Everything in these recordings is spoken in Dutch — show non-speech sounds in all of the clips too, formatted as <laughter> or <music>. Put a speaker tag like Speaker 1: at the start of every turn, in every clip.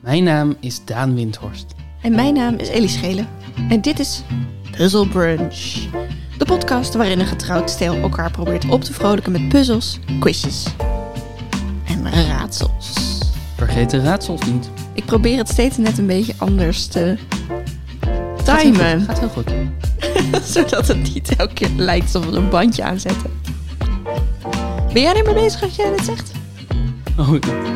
Speaker 1: Mijn naam is Daan Windhorst.
Speaker 2: En mijn naam is Ellie Schelen. En dit is Puzzle Brunch. De podcast waarin een getrouwd stijl elkaar probeert op te vrolijken met puzzels, quizjes en raadsels.
Speaker 1: Vergeet de raadsels niet.
Speaker 2: Ik probeer het steeds net een beetje anders te
Speaker 1: Gaat heel goed,
Speaker 2: timen.
Speaker 1: Gaat heel goed.
Speaker 2: <laughs> Zodat het niet elke keer lijkt alsof we een bandje aanzetten. Ben jij ermee bezig als jij dit zegt?
Speaker 1: Oh,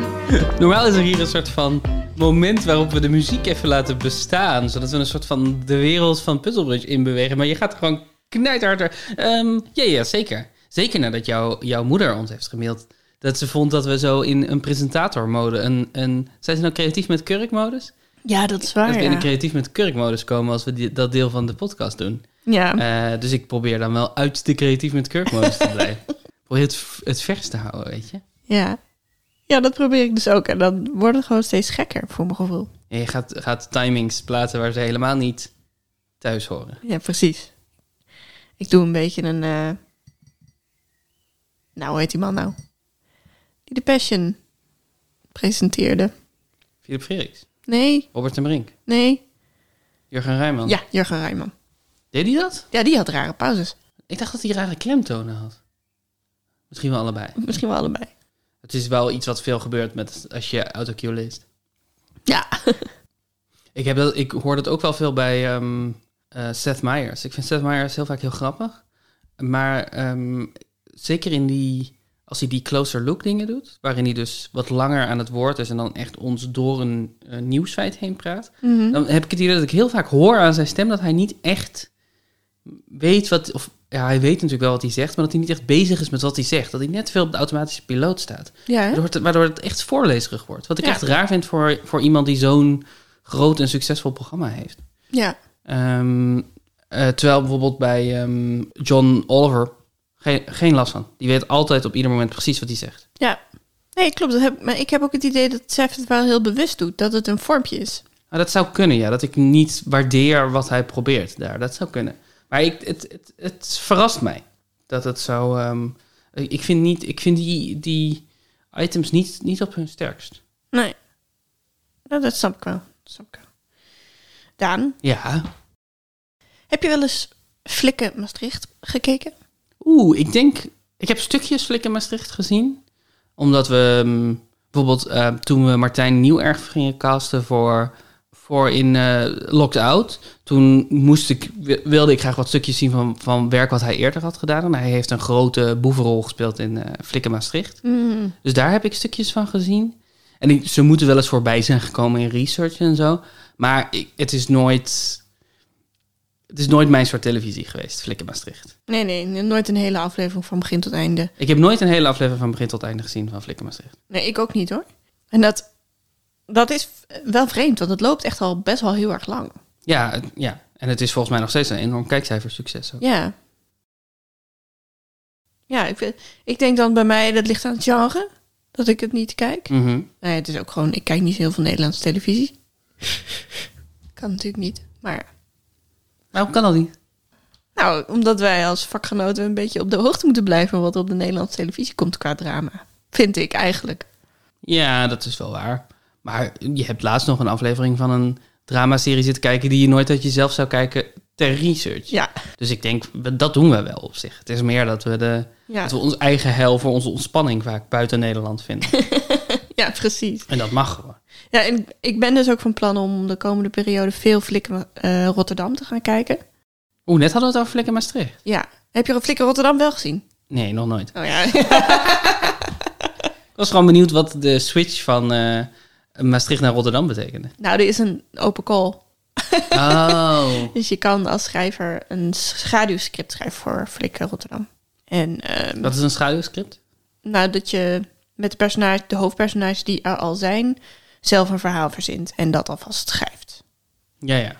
Speaker 1: <laughs> normaal is er hier een soort van moment waarop we de muziek even laten bestaan. Zodat we een soort van de wereld van Puzzlebrunch inbewegen. Maar je gaat er gewoon knijterharder. Ehm ja, ja, zeker. Zeker nadat jouw jouw moeder ons heeft gemaild. Dat ze vond dat we zo in een presentatormode. Een, een, zijn ze nou creatief met kurkmodus?
Speaker 2: Oh, Ja, dat is waar.
Speaker 1: dat we in een creatief met kurkmodus komen als we die- dat deel van de podcast doen.
Speaker 2: ja.
Speaker 1: Eh, dus ik probeer dan wel uit de creatief met kurkmodus te blijven. Probeer het, v- het vers te houden, weet je.
Speaker 2: Ja. Ja, dat probeer ik dus ook. En dan wordt het gewoon steeds gekker, voor mijn gevoel.
Speaker 1: En je gaat, gaat timings plaatsen waar ze helemaal niet thuis horen.
Speaker 2: Ja, precies. Ik doe een beetje een... eh, Nou, hoe heet die man nou? Die de Passion presenteerde.
Speaker 1: Philip Freeriks,
Speaker 2: Nee,
Speaker 1: Robert ten Brink,
Speaker 2: nee.
Speaker 1: Jurgen Rijman.
Speaker 2: Ja, Jurgen Rijman.
Speaker 1: Deed hij dat?
Speaker 2: Ja, die had rare pauzes.
Speaker 1: Ik dacht dat hij rare klemtonen had. Misschien wel allebei.
Speaker 2: Misschien wel allebei.
Speaker 1: Het is wel iets wat veel gebeurt met als je autocue leest.
Speaker 2: Ja.
Speaker 1: <laughs> Ik, heb dat, ik hoor dat ook wel veel bij ehm, eh, Seth Meyers. Ik vind Seth Meyers heel vaak heel grappig. Maar ehm, zeker in die, als hij die closer look dingen doet, waarin hij dus wat langer aan het woord is en dan echt ons door een eh, nieuwsfeit heen praat,
Speaker 2: Mhm.
Speaker 1: dan heb ik het idee dat ik heel vaak hoor aan zijn stem dat hij niet echt weet wat, of ja, hij weet natuurlijk wel wat hij zegt, maar dat hij niet echt bezig is met wat hij zegt. Dat hij net veel op de automatische piloot staat.
Speaker 2: Ja, hè?
Speaker 1: Waardoor het, waardoor het echt voorlezerig wordt. Wat ik
Speaker 2: Ja.
Speaker 1: echt raar vind voor, voor iemand die zo'n groot en succesvol programma heeft.
Speaker 2: Ja.
Speaker 1: Ehm, eh, terwijl bijvoorbeeld bij ehm, John Oliver geen, geen last van. Die weet altijd op ieder moment precies wat hij zegt.
Speaker 2: Ja. Nee, klopt. Dat heb, maar ik heb ook het idee dat Seth het wel heel bewust doet. Dat het een vormpje is.
Speaker 1: Maar dat zou kunnen, ja. Dat ik niet waardeer wat hij probeert daar. Dat zou kunnen. Maar ik, het, het, het verrast mij dat het zo... ehm, ik vind, niet, ik vind die, die items niet, niet op hun sterkst.
Speaker 2: Nee. Nou, dat snap ik wel. Dat snap ik wel. Daan,
Speaker 1: Ja,
Speaker 2: heb je wel eens Flikken Maastricht gekeken?
Speaker 1: Oeh, ik denk... Ik heb stukjes Flik in Maastricht gezien. Omdat we ehm, bijvoorbeeld eh, toen we Martijn Nieuwerg gingen casten voor, voor in eh, Locked Out. Toen moest ik, wi- wilde ik graag wat stukjes zien van, van werk wat hij eerder had gedaan. En hij heeft een grote boevenrol gespeeld in eh Flik in Maastricht. Dus daar heb ik stukjes van gezien. En ik- ze moeten wel eens voorbij zijn gekomen in research en zo. Maar ik- het is nooit... Het is nooit mijn soort televisie geweest, Flik in Maastricht.
Speaker 2: Nee, nee, nooit een hele aflevering van begin tot einde.
Speaker 1: Ik heb nooit een hele aflevering van begin tot einde gezien van Flikker Maastricht.
Speaker 2: Nee, ik ook niet hoor. En dat, dat is v- wel vreemd, want het loopt echt al best wel heel erg lang.
Speaker 1: Ja, het- ja, en het is volgens mij nog steeds een enorm kijkcijfersucces. ook.
Speaker 2: Ja. Ja, ik, vind- ik denk dan bij mij, dat ligt aan het genre, dat ik het niet kijk.
Speaker 1: Mhm.
Speaker 2: Nee, het is ook gewoon, ik kijk niet zo heel veel Nederlandse televisie. <laughs> kan natuurlijk niet, maar...
Speaker 1: Waarom kan dat niet?
Speaker 2: Nou, omdat wij als vakgenoten een beetje op de hoogte moeten blijven van wat er op de Nederlandse televisie komt qua drama. Vind ik eigenlijk.
Speaker 1: Ja, dat is wel waar. Maar je hebt laatst nog een aflevering van een dramaserie zitten kijken die je nooit uit jezelf zou kijken ter research.
Speaker 2: Ja.
Speaker 1: Dus ik denk, we- dat doen we wel op zich. Het is meer dat we, de,
Speaker 2: Ja,
Speaker 1: dat we ons eigen hel voor onze ontspanning vaak buiten Nederland <laughs> vinden.
Speaker 2: ja precies.
Speaker 1: en dat mag gewoon.
Speaker 2: Ja, en ik ben dus ook van plan om de komende periode veel Flikken eh, Rotterdam te gaan kijken.
Speaker 1: Oeh, net hadden we het over Flikker Maastricht.
Speaker 2: Ja. Heb je Flikken Rotterdam wel gezien?
Speaker 1: Nee, nog nooit.
Speaker 2: Oh ja.
Speaker 1: Ik was gewoon benieuwd wat de switch van eh, Maastricht naar Rotterdam betekende.
Speaker 2: <laughs> nou, er is een open call.
Speaker 1: Oh.
Speaker 2: Dus je kan als schrijver een schaduwscript schrijven voor Flikken Rotterdam. En
Speaker 1: <laughs>
Speaker 2: ehm,
Speaker 1: Dat is een schaduwscript?
Speaker 2: nou, dat je met de, personage, de hoofdpersonages die er al zijn, zelf een verhaal verzint en dat alvast schrijft.
Speaker 1: Ja, ja. Een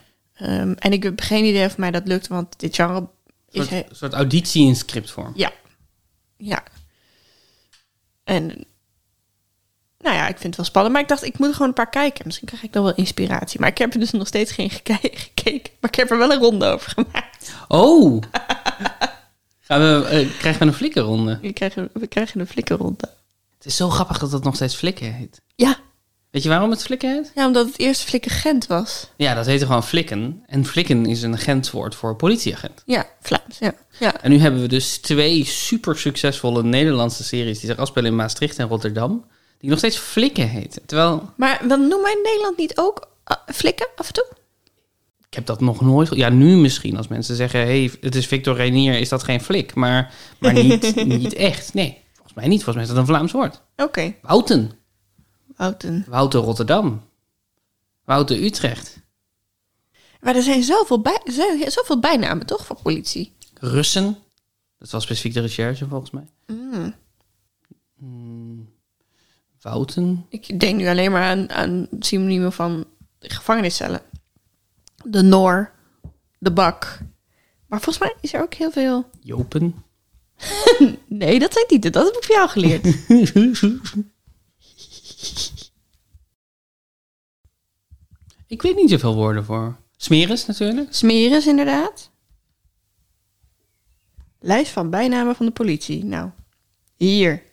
Speaker 2: Ehm, en ik heb geen idee of mij dat lukt, want dit genre is...
Speaker 1: soort,
Speaker 2: he-
Speaker 1: een soort auditie in scriptvorm.
Speaker 2: Ja. Ja. En. Nou ja, ik vind het wel spannend. Maar ik dacht, ik moet er gewoon een paar kijken. Misschien krijg ik dan wel inspiratie. Maar ik heb er dus nog steeds geen geke- gekeken. Maar ik heb er wel een ronde over gemaakt.
Speaker 1: <laughs> Oh! Gaan we, eh, krijgen we een flikkerronde?
Speaker 2: We krijgen, we krijgen een flikkenronde.
Speaker 1: Het is zo grappig dat het nog steeds flikken heet.
Speaker 2: Ja.
Speaker 1: Weet Weet je waarom het flikken heet?
Speaker 2: Ja, omdat het eerst flikkergent was.
Speaker 1: Ja, dat heette gewoon flikken. En flikken is een agentwoord voor politieagent.
Speaker 2: Ja, Vlaams, ja. Ja,
Speaker 1: En nu hebben we dus twee super succesvolle Nederlandse series die zich afspelen in Maastricht en Rotterdam. Die nog steeds flikken heten. Terwijl,
Speaker 2: maar dan noemen wij in Nederland niet ook ah, flikken af en toe?
Speaker 1: ik heb dat nog nooit... ge- Ja, nu misschien als mensen zeggen, hey, het is Victor Reinier, is dat geen flik? Maar, maar niet, niet echt. Nee, volgens mij niet. Volgens mij is dat een Vlaams woord.
Speaker 2: Oké,
Speaker 1: Wouten.
Speaker 2: Wouten.
Speaker 1: Wouter Rotterdam. Wouter Utrecht.
Speaker 2: Maar er zijn zoveel, bij, er zijn zoveel bijnamen, toch, voor politie?
Speaker 1: Russen. Dat was specifiek de recherche volgens mij.
Speaker 2: Mm.
Speaker 1: Hmm. Wouten.
Speaker 2: Ik denk nu alleen maar aan, aan synoniemen van gevangeniscellen. De Noor, de Bak. Maar volgens mij is er ook heel veel...
Speaker 1: Jopen. <laughs>
Speaker 2: Nee, dat zijn niet. de- Dat heb ik van jou geleerd.
Speaker 1: <laughs> ik weet niet zoveel woorden voor. Smeris natuurlijk.
Speaker 2: Smeres, inderdaad. Lijst van bijnamen van de politie. Nou, hier.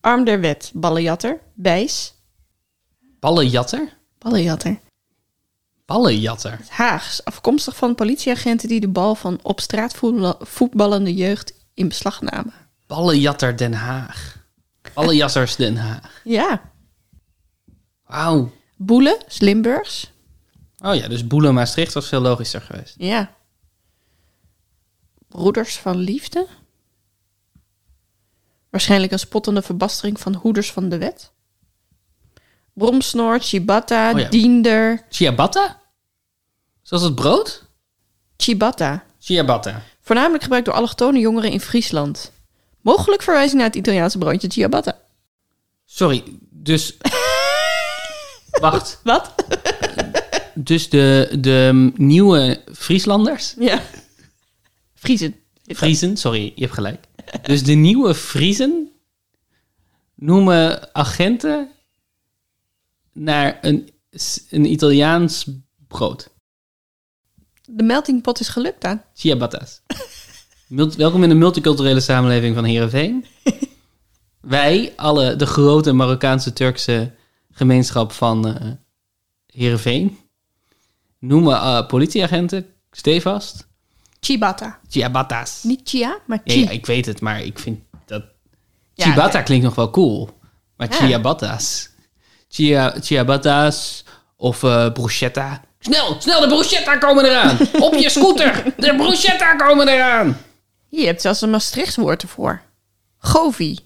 Speaker 2: Arm der wet, ballenjatter, bijs,
Speaker 1: Ballenjatter.
Speaker 2: ballenjatter.
Speaker 1: Ballenjatter.
Speaker 2: Het Haags, afkomstig van politieagenten die de bal van op straat voetbal- voetballende jeugd in beslag namen.
Speaker 1: Ballenjatter Den Haag. Ballenjatters Den Haag.
Speaker 2: Ja.
Speaker 1: Wauw.
Speaker 2: Boelen, Slimburgs.
Speaker 1: Oh ja, dus Boele Maastricht was veel logischer geweest.
Speaker 2: Ja. Broeders van liefde. Waarschijnlijk een spottende verbastering van hoeders van de wet. Bromsnoor, Chibata,
Speaker 1: Oh ja.
Speaker 2: Diender,
Speaker 1: Ciabatta? Zoals het brood?
Speaker 2: Chibata.
Speaker 1: Ciabatta.
Speaker 2: Voornamelijk gebruikt door allochtone jongeren in Friesland. Mogelijk verwijzing naar het Italiaanse broodje Ciabatta.
Speaker 1: Sorry, dus... Wacht. <laughs>
Speaker 2: Wat?
Speaker 1: Dus de, de nieuwe Frieslanders...
Speaker 2: Ja. Friesen.
Speaker 1: Vriezen, sorry, je hebt gelijk. Dus de nieuwe Vriezen noemen agenten naar een, s- een Italiaans brood.
Speaker 2: De melting pot is gelukt aan.
Speaker 1: Ciabattas. Mult- welkom in de multiculturele samenleving van Heerenveen. Wij, alle, de grote Marokkaanse Turkse gemeenschap van eh Heerenveen, noemen eh, politieagenten stevast
Speaker 2: Ciabatta.
Speaker 1: Ciabattas.
Speaker 2: Niet Chia, maar
Speaker 1: Ja,
Speaker 2: Chi.
Speaker 1: ja, ik weet het, maar ik vind dat...
Speaker 2: Ja,
Speaker 1: Ciabatta klinkt nog wel cool. Maar
Speaker 2: Ja.
Speaker 1: ciabattas... Chia, ciabattas of eh bruschetta. Snel, snel, de bruschetta komen eraan! Op je scooter! De bruschetta komen eraan!
Speaker 2: Je hebt zelfs een Maastrichts woord ervoor. Govi.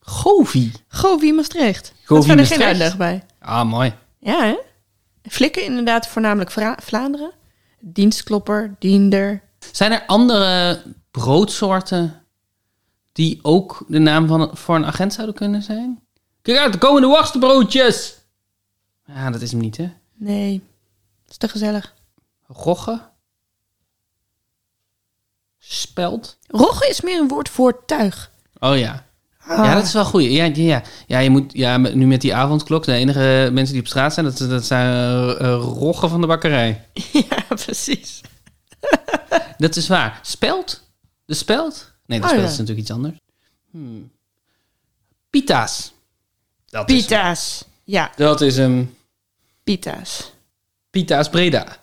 Speaker 1: Govi.
Speaker 2: Govi Maastricht.
Speaker 1: Govi
Speaker 2: dat is verder geen
Speaker 1: Maastricht.
Speaker 2: uitleg bij.
Speaker 1: Ah, mooi.
Speaker 2: Ja, hè? Flikken inderdaad voornamelijk Vra- Vlaanderen. Dienstklopper, diender.
Speaker 1: Zijn er andere broodsoorten die ook de naam van, voor een agent zouden kunnen zijn? Kijk uit, er komen de worstenbroodjes! Ja, dat is hem niet, hè?
Speaker 2: Nee, dat is te gezellig.
Speaker 1: Rogge. Speld.
Speaker 2: Rogge is meer een woord voor tuig.
Speaker 1: Oh ja.
Speaker 2: Ah.
Speaker 1: Ja, dat is wel goed. Ja, ja, ja. ja, je moet, ja, met- nu met die avondklok, de enige mensen die op straat zijn, dat, dat zijn eh, eh, roggen van de bakkerij.
Speaker 2: <laughs> Ja, precies.
Speaker 1: Dat is waar. Speld? De speld? Nee, de
Speaker 2: Oh,
Speaker 1: speld
Speaker 2: ja.
Speaker 1: is natuurlijk iets anders. Hmm. Pita's. Dat Is,
Speaker 2: Pita's. Ja,
Speaker 1: dat is een
Speaker 2: pita's.
Speaker 1: Pita's Breda.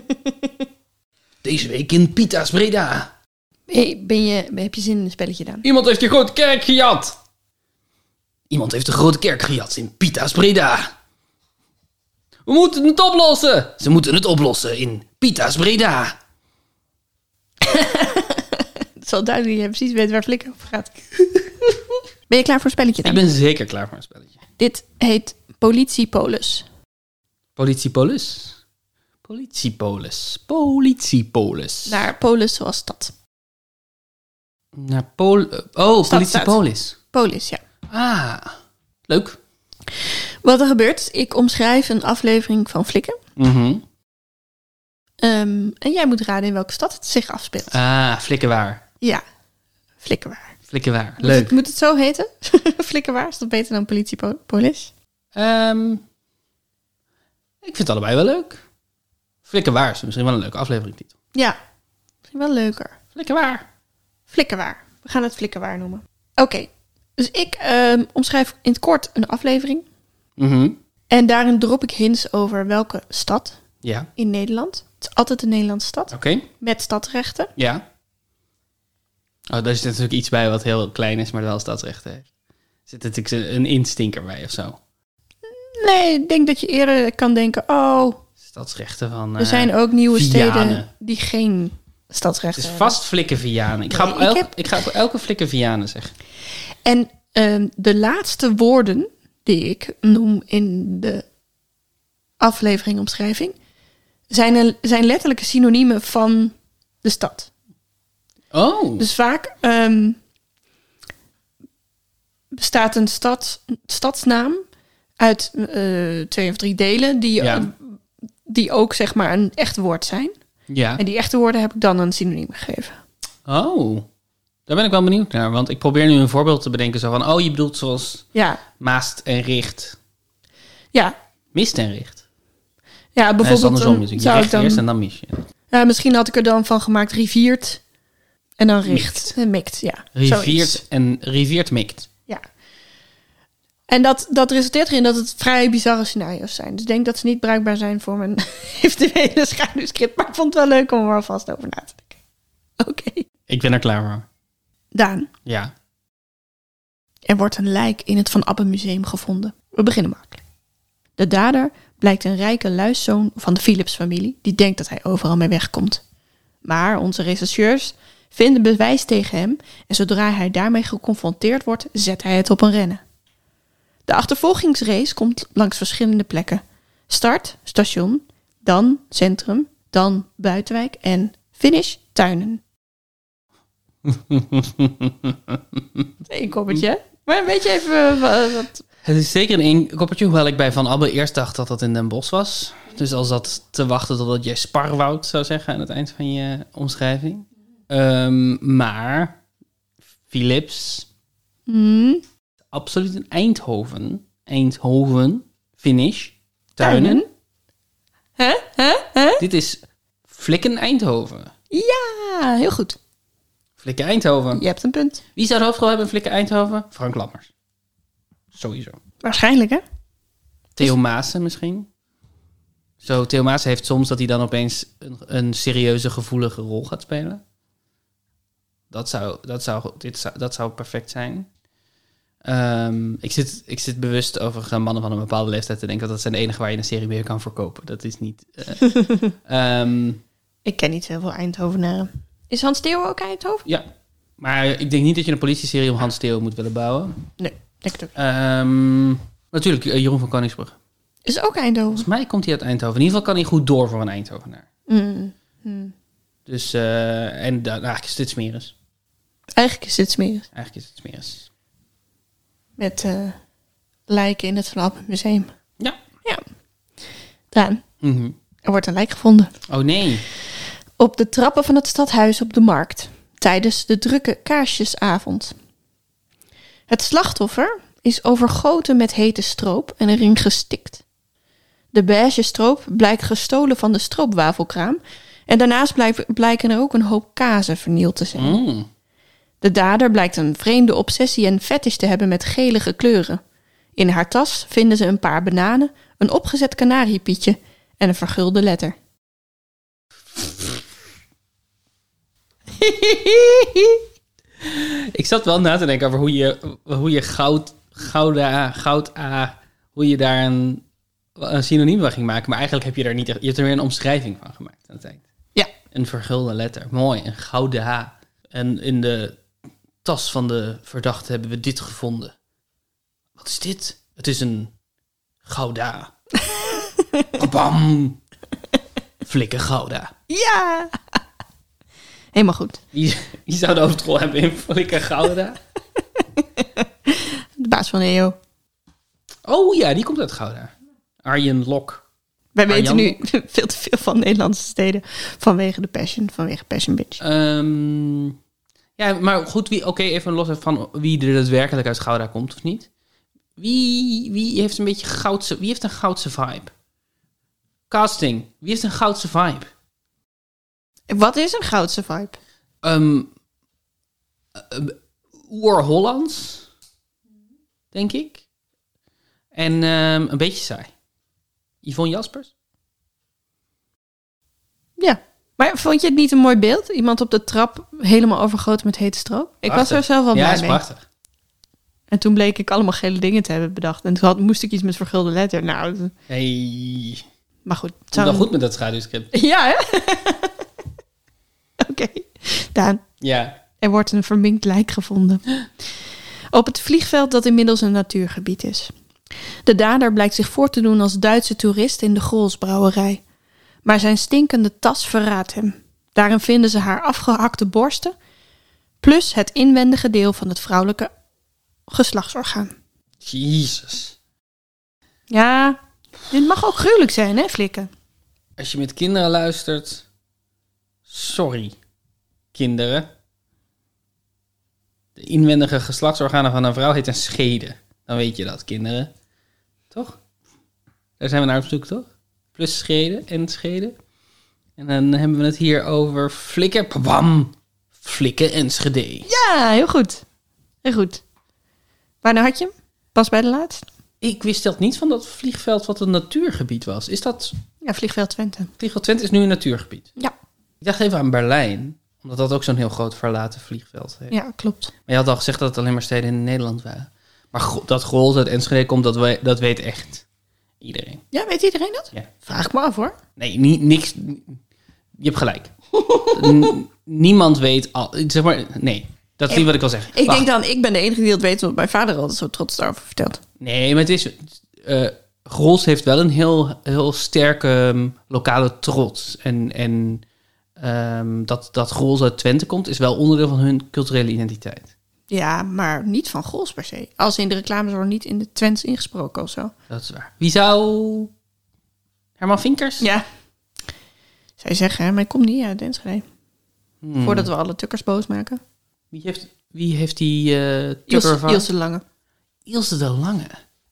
Speaker 1: <laughs> Deze week in Pita's Breda.
Speaker 2: Hey, ben je, heb je zin in een spelletje dan?
Speaker 1: Iemand heeft de grote kerk gejat. Iemand heeft de grote kerk gejat in Pita's Breda. We moeten het oplossen. Ze moeten het oplossen in Pita's Breda.
Speaker 2: Het zal duidelijk dat je precies weet waar flikken over gaat. <laughs> ben je klaar voor een spelletje dan?
Speaker 1: Ik ben zeker klaar voor een spelletje.
Speaker 2: Dit heet politiepolis.
Speaker 1: Politiepolis. Politiepolis. Politiepolis.
Speaker 2: Naar polis zoals stad.
Speaker 1: Naar Pol... Oh,
Speaker 2: staat.
Speaker 1: politiepolis.
Speaker 2: Polis, ja.
Speaker 1: Ah, leuk.
Speaker 2: Wat er gebeurt, ik omschrijf een aflevering van Flikken.
Speaker 1: Mhm.
Speaker 2: Ehm, en jij moet raden in welke stad het zich afspeelt.
Speaker 1: Ah, flikkenwaar.
Speaker 2: Ja, Flikkenwaar.
Speaker 1: Flikkenwaar.
Speaker 2: Moet het,
Speaker 1: Leuk.
Speaker 2: moet het zo heten? <laughs> Flikkenwaar, is dat beter dan politiepolis?
Speaker 1: Ehm, ik vind het allebei wel leuk. Flikkenwaar is misschien wel een leuke afleveringtitel.
Speaker 2: Ja, misschien wel leuker.
Speaker 1: Lekker waar.
Speaker 2: Flikkenwaar. We gaan het Flikkenwaar noemen. Oké, Dus ik ehm, omschrijf in het kort een aflevering.
Speaker 1: Mhm.
Speaker 2: En daarin drop ik hints over welke stad
Speaker 1: Ja.
Speaker 2: in Nederland. Het is altijd een Nederlandse stad.
Speaker 1: Oké.
Speaker 2: Met stadrechten.
Speaker 1: Ja. Oh, daar zit natuurlijk iets bij wat heel klein is, maar wel stadsrechten heeft. Er zit natuurlijk een- een instinker bij of zo.
Speaker 2: Nee, ik denk dat je eerder kan denken... oh,
Speaker 1: Stadsrechten van...
Speaker 2: er zijn ook nieuwe
Speaker 1: Vianen. Dus-
Speaker 2: steden die geen
Speaker 1: Het
Speaker 2: stadsrechten
Speaker 1: is
Speaker 2: hebben.
Speaker 1: vast flikken Vianen. Ik ga,
Speaker 2: Nee,
Speaker 1: op
Speaker 2: Eh, ik
Speaker 1: elke, ik,
Speaker 2: heb-
Speaker 1: ga op elke flikken Vianen zeggen.
Speaker 2: En ehm, de laatste woorden die ik noem in de afleveringomschrijving... zijn, een- zijn letterlijke synoniemen van de stad.
Speaker 1: Oh.
Speaker 2: Dus vaak ehm, bestaat een stad, stadsnaam uit eh, twee of drie delen die, eh,
Speaker 1: Ja.
Speaker 2: die ook zeg maar een echt woord zijn.
Speaker 1: ja.
Speaker 2: En die echte woorden heb ik dan een synoniem gegeven.
Speaker 1: Oh. Daar ben ik wel benieuwd naar. Want ik probeer nu een voorbeeld te bedenken. Zo van, oh, je bedoelt zoals
Speaker 2: Ja,
Speaker 1: Maast en Richt.
Speaker 2: ja.
Speaker 1: Mist en Richt.
Speaker 2: Ja,
Speaker 1: Nee, het is
Speaker 2: bijvoorbeeld
Speaker 1: andersom
Speaker 2: dan
Speaker 1: natuurlijk. Je
Speaker 2: zou ik
Speaker 1: richt
Speaker 2: dan...
Speaker 1: eerst en dan mist je.
Speaker 2: Ja, misschien had ik er dan van gemaakt riviert en dan richt.
Speaker 1: Mikt.
Speaker 2: Eh, Mikt, ja. Zoiets.
Speaker 1: Riviert en riviert mikt.
Speaker 2: Ja. En dat, dat resulteert erin dat het vrij bizarre scenario's zijn. Dus ik denk dat ze niet bruikbaar zijn voor mijn <laughs> eventuele schaduwscript. Maar ik vond het wel leuk om er alvast over na te denken. Oké.
Speaker 1: Ik ben er klaar voor.
Speaker 2: Daan,
Speaker 1: Ja.
Speaker 2: er wordt een lijk in het Van Abbe Museum gevonden. We beginnen makkelijk. De dader blijkt een rijke luiszoon van de Philips-familie... die denkt dat hij overal mee wegkomt. Maar onze rechercheurs vinden bewijs tegen hem... en zodra hij daarmee geconfronteerd wordt, zet hij het op een rennen. De achtervolgingsrace komt langs verschillende plekken. Start, station, dan centrum, dan buitenwijk en finish, tuinen. Eén koppertje. Maar weet je even eh, wat...
Speaker 1: Het is zeker een één koppertje, hoewel ik bij Van Abbe eerst dacht dat dat in Den Bosch was. Dus als dat te wachten totdat jij Sparwoud zou zeggen aan het eind van je omschrijving. Ehm, maar Philips,
Speaker 2: Hmm,
Speaker 1: absoluut een Eindhoven. Eindhoven, finish, tuinen.
Speaker 2: Hè? Hè? Hè?
Speaker 1: Dit is Flikken Eindhoven.
Speaker 2: Ja, heel goed.
Speaker 1: Flikken Eindhoven.
Speaker 2: Je hebt een punt.
Speaker 1: Wie zou de hoofdrol hebben in Flikken Eindhoven? Frank Lammers. Sowieso.
Speaker 2: Waarschijnlijk, hè?
Speaker 1: Theo Maassen misschien. Zo, Theo Maassen heeft soms dat hij dan opeens een, een serieuze, gevoelige rol gaat spelen. Dat zou, dat zou, dit zou, dat zou perfect zijn. Ehm, ik, zit, ik zit bewust over eh, mannen van een bepaalde leeftijd te denken... dat dat zijn de enige waar je een serie mee kan verkopen. Dat is niet... eh, ehm,
Speaker 2: Ik ken niet heel veel Eindhovenaren. Is Hans Theo ook Eindhoven?
Speaker 1: ja, maar ik denk niet dat je een politieserie om Hans Theo moet willen bouwen.
Speaker 2: Nee, denk het ook niet.
Speaker 1: Ehm, natuurlijk, eh, Jeroen van Koningsbrug.
Speaker 2: Is ook Eindhoven?
Speaker 1: Volgens mij komt hij uit Eindhoven. In ieder geval kan hij goed door voor een Eindhovenaar.
Speaker 2: Mm, mm.
Speaker 1: Dus, eh, en da- eigenlijk is dit smeres.
Speaker 2: Eigenlijk is dit smerig.
Speaker 1: Eigenlijk is het smeres.
Speaker 2: Met eh, lijken in het Van Appen Museum.
Speaker 1: Ja.
Speaker 2: Ja. Daan,
Speaker 1: Mhm.
Speaker 2: er wordt een lijk gevonden.
Speaker 1: Oh nee.
Speaker 2: Op de trappen van het stadhuis op de markt. Tijdens de drukke kaarsjesavond. Het slachtoffer is overgoten met hete stroop en erin gestikt. De beige stroop blijkt gestolen van de stroopwafelkraam. En daarnaast blijk- blijken er ook een hoop kazen vernield te zijn.
Speaker 1: Mm.
Speaker 2: De dader blijkt een vreemde obsessie en fetish te hebben met gelige kleuren. In haar tas vinden ze een paar bananen, een opgezet kanariepietje en een vergulde letter. <laughs>
Speaker 1: Ik zat wel na te denken over hoe je, hoe je goud, gouda, goud A, hoe je daar een, een synoniem van ging maken. Maar eigenlijk heb je daar niet echt, je hebt er weer een omschrijving van gemaakt aan het eind.
Speaker 2: Ja.
Speaker 1: Een vergulde letter. Mooi, een gouden H. En in de tas van de verdachte hebben we dit gevonden. Wat is dit? Het is een gouda. Bam! Flikker gouda.
Speaker 2: Ja! Helemaal goed.
Speaker 1: Wie, wie zou de hoofdrol hebben in Flikker gouda?
Speaker 2: De baas van E de EO.
Speaker 1: Oh ja, die komt uit gouda. Arjen Lok.
Speaker 2: Wij
Speaker 1: Maar
Speaker 2: weten nu <laughs> veel te veel van Nederlandse steden vanwege de Passion, vanwege Passion Bitch.
Speaker 1: Ehm, ja, maar goed, wie- oké, even los van wie er daadwerkelijk uit Gouda komt of niet. Wie, wie heeft een beetje goudse, wie heeft een goudse vibe? Casting, wie heeft een goudse vibe?
Speaker 2: Wat is een goudse vibe?
Speaker 1: Ehm eh, eh, Oer-Hollands? denk ik. En ehm, een beetje saai. Yvonne Jaspers?
Speaker 2: Ja. Maar vond je het niet een mooi beeld? Iemand op de trap helemaal overgoten met hete stroop? Ik was
Speaker 1: Prachtig.
Speaker 2: er zelf wel
Speaker 1: ja,
Speaker 2: blij
Speaker 1: is
Speaker 2: mee.
Speaker 1: prachtig.
Speaker 2: En toen bleek ik allemaal gele dingen te hebben bedacht. En toen had, moest ik iets met vergulde letter. Nou, dat-
Speaker 1: Hey,
Speaker 2: maar goed. het
Speaker 1: Doe
Speaker 2: zou-
Speaker 1: dan goed met dat schaduwscript.
Speaker 2: <laughs> Ja, hè? <laughs> Oké. Daan,
Speaker 1: Ja.
Speaker 2: er wordt een verminkt lijk gevonden. Op het vliegveld dat inmiddels een natuurgebied is. De dader blijkt zich voor te doen als Duitse toerist in de Grolsbrouwerij. Maar zijn stinkende tas verraadt hem. Daarin vinden ze haar afgehakte borsten... plus het inwendige deel van het vrouwelijke geslachtsorgaan.
Speaker 1: Jezus.
Speaker 2: Ja, dit mag ook gruwelijk zijn, hè, flikken?
Speaker 1: Als je met kinderen luistert... Sorry, kinderen. De inwendige geslachtsorganen van een vrouw heet een schede. Dan weet je dat, kinderen. Toch? Daar zijn we naar op zoek, toch? Plus schede en schede. En dan hebben we het hier over flikker, pabam. Flikken en schede.
Speaker 2: Ja, heel goed. Heel goed. Waarna had je hem? Pas bij de laatste?
Speaker 1: Ik wist dat niet van dat vliegveld wat een natuurgebied was. Is dat...
Speaker 2: Ja, Vliegveld Twente.
Speaker 1: Vliegveld Twente is nu een natuurgebied.
Speaker 2: Ja,
Speaker 1: Ik dacht even aan Berlijn, omdat dat ook zo'n heel groot verlaten vliegveld heeft.
Speaker 2: ja klopt.
Speaker 1: Maar je had al gezegd dat het alleen maar steden in Nederland waren. Maar go- dat Grols uit Enschede komt, dat, we- dat weet echt iedereen.
Speaker 2: Ja, weet iedereen dat?
Speaker 1: Ja.
Speaker 2: Vraag ik me af, hoor.
Speaker 1: Nee, ni- niks. Je hebt
Speaker 2: <laughs>
Speaker 1: gelijk. N- niemand weet al. Zeg maar, nee, dat is niet wat ik wil zeggen.
Speaker 2: Ik
Speaker 1: Wacht.
Speaker 2: denk dan, ik ben de enige die dat weet, omdat mijn vader altijd zo trots daarover vertelt.
Speaker 1: Nee, maar het is. eh Grols heeft wel een heel, heel sterke ehm, lokale trots. En, en ehm, dat, dat Grols uit Twente komt, is wel onderdeel van hun culturele identiteit.
Speaker 2: Ja, maar niet van Gols per se. Als in de reclames worden niet in de Twents ingesproken of zo.
Speaker 1: Dat is waar. Wie zou. Herman Vinkers?
Speaker 2: Ja. Zij zeggen, hè, maar ik kom niet uit Enschede.
Speaker 1: Hmm.
Speaker 2: Voordat we alle tukkers boos maken.
Speaker 1: Wie heeft, wie heeft die eh tukker
Speaker 2: Ilse,
Speaker 1: van?
Speaker 2: Ilse de Lange.
Speaker 1: Ilse de Lange.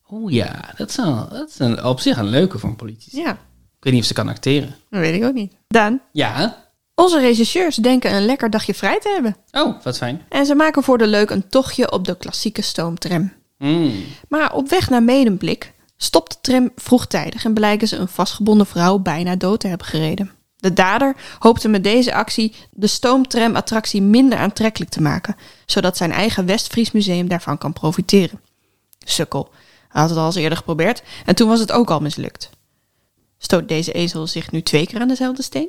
Speaker 1: Oh ja, dat is, een, dat is een- op zich een leuke van politici.
Speaker 2: Ja,
Speaker 1: Ik weet niet of ze kan acteren.
Speaker 2: dat weet ik ook niet. Daan,
Speaker 1: Ja.
Speaker 2: Onze regisseurs denken een lekker dagje vrij te hebben.
Speaker 1: Oh, wat fijn.
Speaker 2: En ze maken voor de leuk een tochtje op de klassieke stoomtram.
Speaker 1: Hmm.
Speaker 2: Maar op weg naar Medemblik stopt de tram vroegtijdig en blijken ze een vastgebonden vrouw bijna dood te hebben gereden. De dader hoopte met deze actie de stoomtramattractie minder aantrekkelijk te maken, zodat zijn eigen Westfries museum daarvan kan profiteren. Sukkel. Hij had het al eens eerder geprobeerd en toen was het ook al mislukt. Stoot deze ezel zich nu twee keer aan dezelfde steen?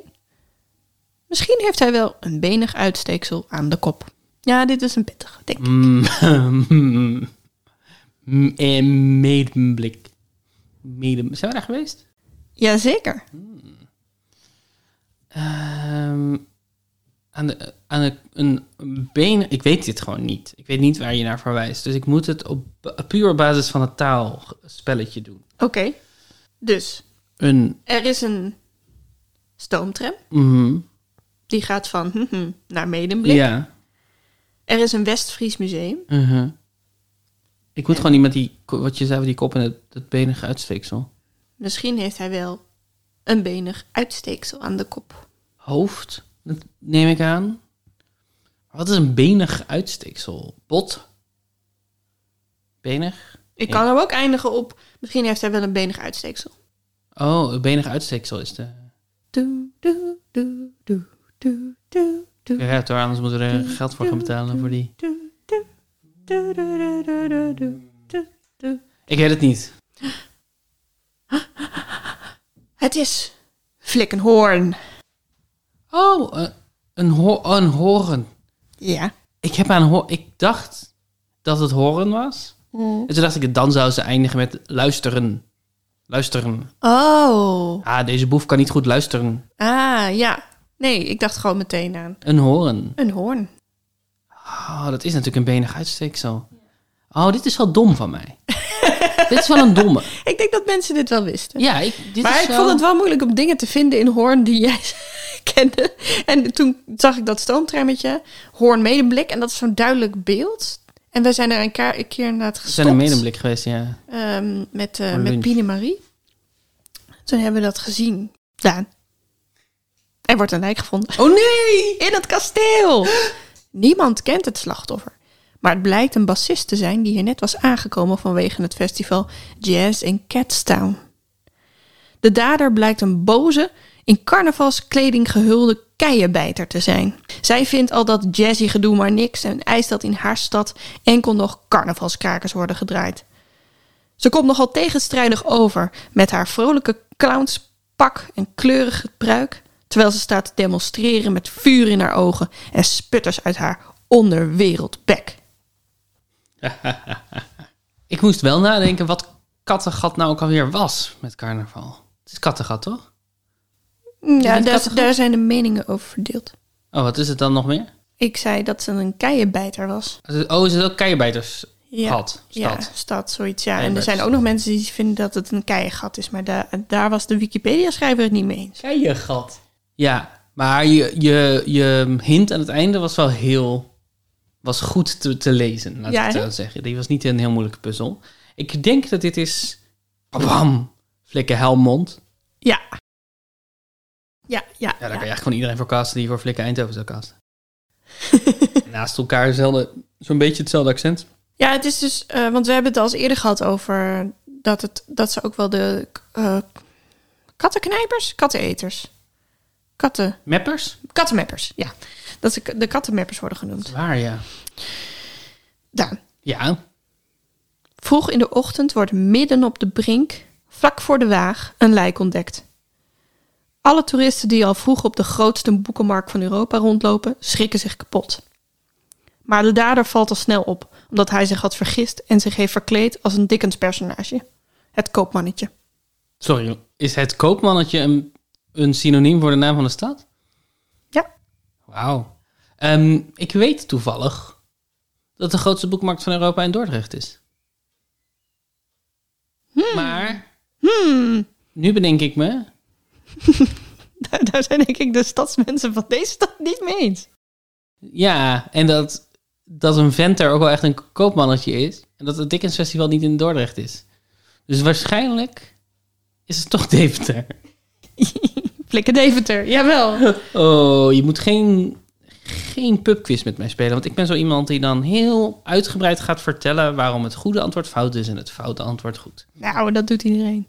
Speaker 2: Misschien heeft hij wel een benig uitsteeksel aan de kop. Ja, dit is een pittige, denk ik.
Speaker 1: Hmm. <laughs> Mm. Mm, En medemblik. Medem. Zijn we daar geweest?
Speaker 2: Jazeker.
Speaker 1: Ehm, aan de, aan de, een, een been. Ik weet dit gewoon niet. Ik weet niet waar je naar verwijst. Dus ik moet het op puur op basis van het taalspelletje doen.
Speaker 2: Oké. Dus
Speaker 1: Een.
Speaker 2: er is een stoomtram.
Speaker 1: mhm,
Speaker 2: Die gaat van hm, naar Medemblik.
Speaker 1: ja.
Speaker 2: Er is een Westfries museum.
Speaker 1: mhm. Ik moet gewoon niet met die. ko- Wat je zei met die kop en het, het benige uitsteeksel.
Speaker 2: Misschien heeft hij wel een benig uitsteeksel aan de kop.
Speaker 1: Hoofd, dat neem ik aan. Wat is een benig uitsteeksel? Bot? Benig?
Speaker 2: Ik kan hem ook eindigen op. Misschien heeft hij wel een benig uitsteeksel.
Speaker 1: Oh, een benig uitsteeksel is de
Speaker 2: Doe, doe, doe, doe, doe, doe, doe,
Speaker 1: Ja, toch, anders moeten we er geld voor gaan betalen voor die.
Speaker 2: doe, doe, doe, doe, doe, doe, doe, doe, doe, doe.
Speaker 1: Ik weet het niet.
Speaker 2: Het is Flikkenhoorn.
Speaker 1: Oh, eh, een, ho- oh, een horen.
Speaker 2: Ja.
Speaker 1: Ik heb aan ho- Ik dacht dat het horen was. En toen dacht ik, dan zou ze eindigen met luisteren. Luisteren.
Speaker 2: Oh.
Speaker 1: Ah, deze boef kan niet goed luisteren.
Speaker 2: Ah, ja. Nee, ik dacht gewoon meteen aan
Speaker 1: Een horen.
Speaker 2: een hoorn.
Speaker 1: Oh, dat is natuurlijk een benig uitsteeksel. Oh, dit is wel dom van mij. dit is wel een domme.
Speaker 2: Ik denk dat mensen dit wel wisten.
Speaker 1: Ja, ik, dit
Speaker 2: maar
Speaker 1: is
Speaker 2: ik
Speaker 1: wel-
Speaker 2: vond het wel moeilijk om dingen te vinden in Hoorn die jij <laughs> kende. En toen zag ik dat stoomtrammetje, Hoorn Medemblik. En dat is zo'n duidelijk beeld. En wij zijn er een, ka- een keer inderdaad
Speaker 1: We
Speaker 2: gestopt.
Speaker 1: zijn een medemblik geweest, ja.
Speaker 2: ehm, met, eh
Speaker 1: Voor
Speaker 2: met
Speaker 1: lunch.
Speaker 2: Pien en Marie. Toen hebben we dat gezien. Daan. Er wordt een lijk gevonden.
Speaker 1: Oh nee!
Speaker 2: In het kasteel! Niemand kent het slachtoffer. Maar het blijkt een bassist te zijn die hier net was aangekomen vanwege het festival Jazz in Catstown. De dader blijkt een boze, in carnavalskleding gehulde keienbijter te zijn. Zij vindt al dat jazzy gedoe maar niks en eist dat in haar stad enkel nog carnavalskrakers worden gedraaid. Ze komt nogal tegenstrijdig over met haar vrolijke clownspak en kleurige pruik, terwijl ze staat te demonstreren met vuur in haar ogen en sputters uit haar onderwereldbek.
Speaker 1: Ik moest wel nadenken wat kattengat nou ook alweer was met carnaval. Het is kattengat, toch?
Speaker 2: Mm, Ja,
Speaker 1: vindt
Speaker 2: daar,
Speaker 1: kattengat?
Speaker 2: daar zijn de meningen over verdeeld.
Speaker 1: Oh, wat is het dan nog meer?
Speaker 2: Ik zei dat ze een keienbijter was.
Speaker 1: Oh, is het ook keienbijters?
Speaker 2: Ja,
Speaker 1: Gat,
Speaker 2: ja,
Speaker 1: stad.
Speaker 2: stad, zoiets. Ja. En er
Speaker 1: Keienbijters.
Speaker 2: zijn ook nog mensen die vinden dat het een keiengat is, maar da- daar was de Wikipedia-schrijver het niet mee eens.
Speaker 1: Keiengat. Ja, maar je, je, je hint aan het einde was wel heel... was goed te, te lezen, laat
Speaker 2: Ja,
Speaker 1: ik het
Speaker 2: hè?
Speaker 1: zo zeggen. Die was niet een heel moeilijke puzzel. Ik denk dat dit is... Bam! Flikken Helmond.
Speaker 2: Ja. Ja, ja.
Speaker 1: Ja, daar kan
Speaker 2: ja.
Speaker 1: je eigenlijk gewoon iedereen voor casten die voor Flikken Eindhoven zou casten.
Speaker 2: <laughs>
Speaker 1: Naast elkaar hetzelfde- zo'n beetje hetzelfde accent.
Speaker 2: Ja, het is dus, eh, want we hebben het al eens eerder gehad over dat, het, dat ze ook wel de eh, kattenknijpers, katteneters, katten,
Speaker 1: Mappers?
Speaker 2: kattenmeppers, ja. Dat ze k- de kattenmeppers worden genoemd.
Speaker 1: Waar, ja.
Speaker 2: Daan.
Speaker 1: Ja.
Speaker 2: Vroeg in de ochtend wordt midden op de brink, vlak voor de waag, een lijk ontdekt. Alle toeristen die al vroeg op de grootste boekenmarkt van Europa rondlopen, schrikken zich kapot. Maar de dader valt al snel op, omdat hij zich had vergist en zich heeft verkleed als een Dickens-personage. Het koopmannetje.
Speaker 1: Sorry, is het koopmannetje een, een synoniem voor de naam van de stad?
Speaker 2: Ja, <laughs>
Speaker 1: Wauw. Ehm, ik weet toevallig dat de grootste boekmarkt van Europa in Dordrecht is. Maar nu bedenk ik me,
Speaker 2: daar, daar zijn denk ik de stadsmensen van deze stad niet mee eens.
Speaker 1: ja, en dat, dat een vent daar ook wel echt een koopmannetje is. En dat het Dickens Festival niet in Dordrecht is. Dus waarschijnlijk is het toch Deventer.
Speaker 2: Flikker Deventer, jawel.
Speaker 1: Oh, je moet geen, geen pubquiz met mij spelen. Want ik ben zo iemand die dan heel uitgebreid gaat vertellen waarom het goede antwoord fout is en het foute antwoord goed.
Speaker 2: nou, dat doet iedereen.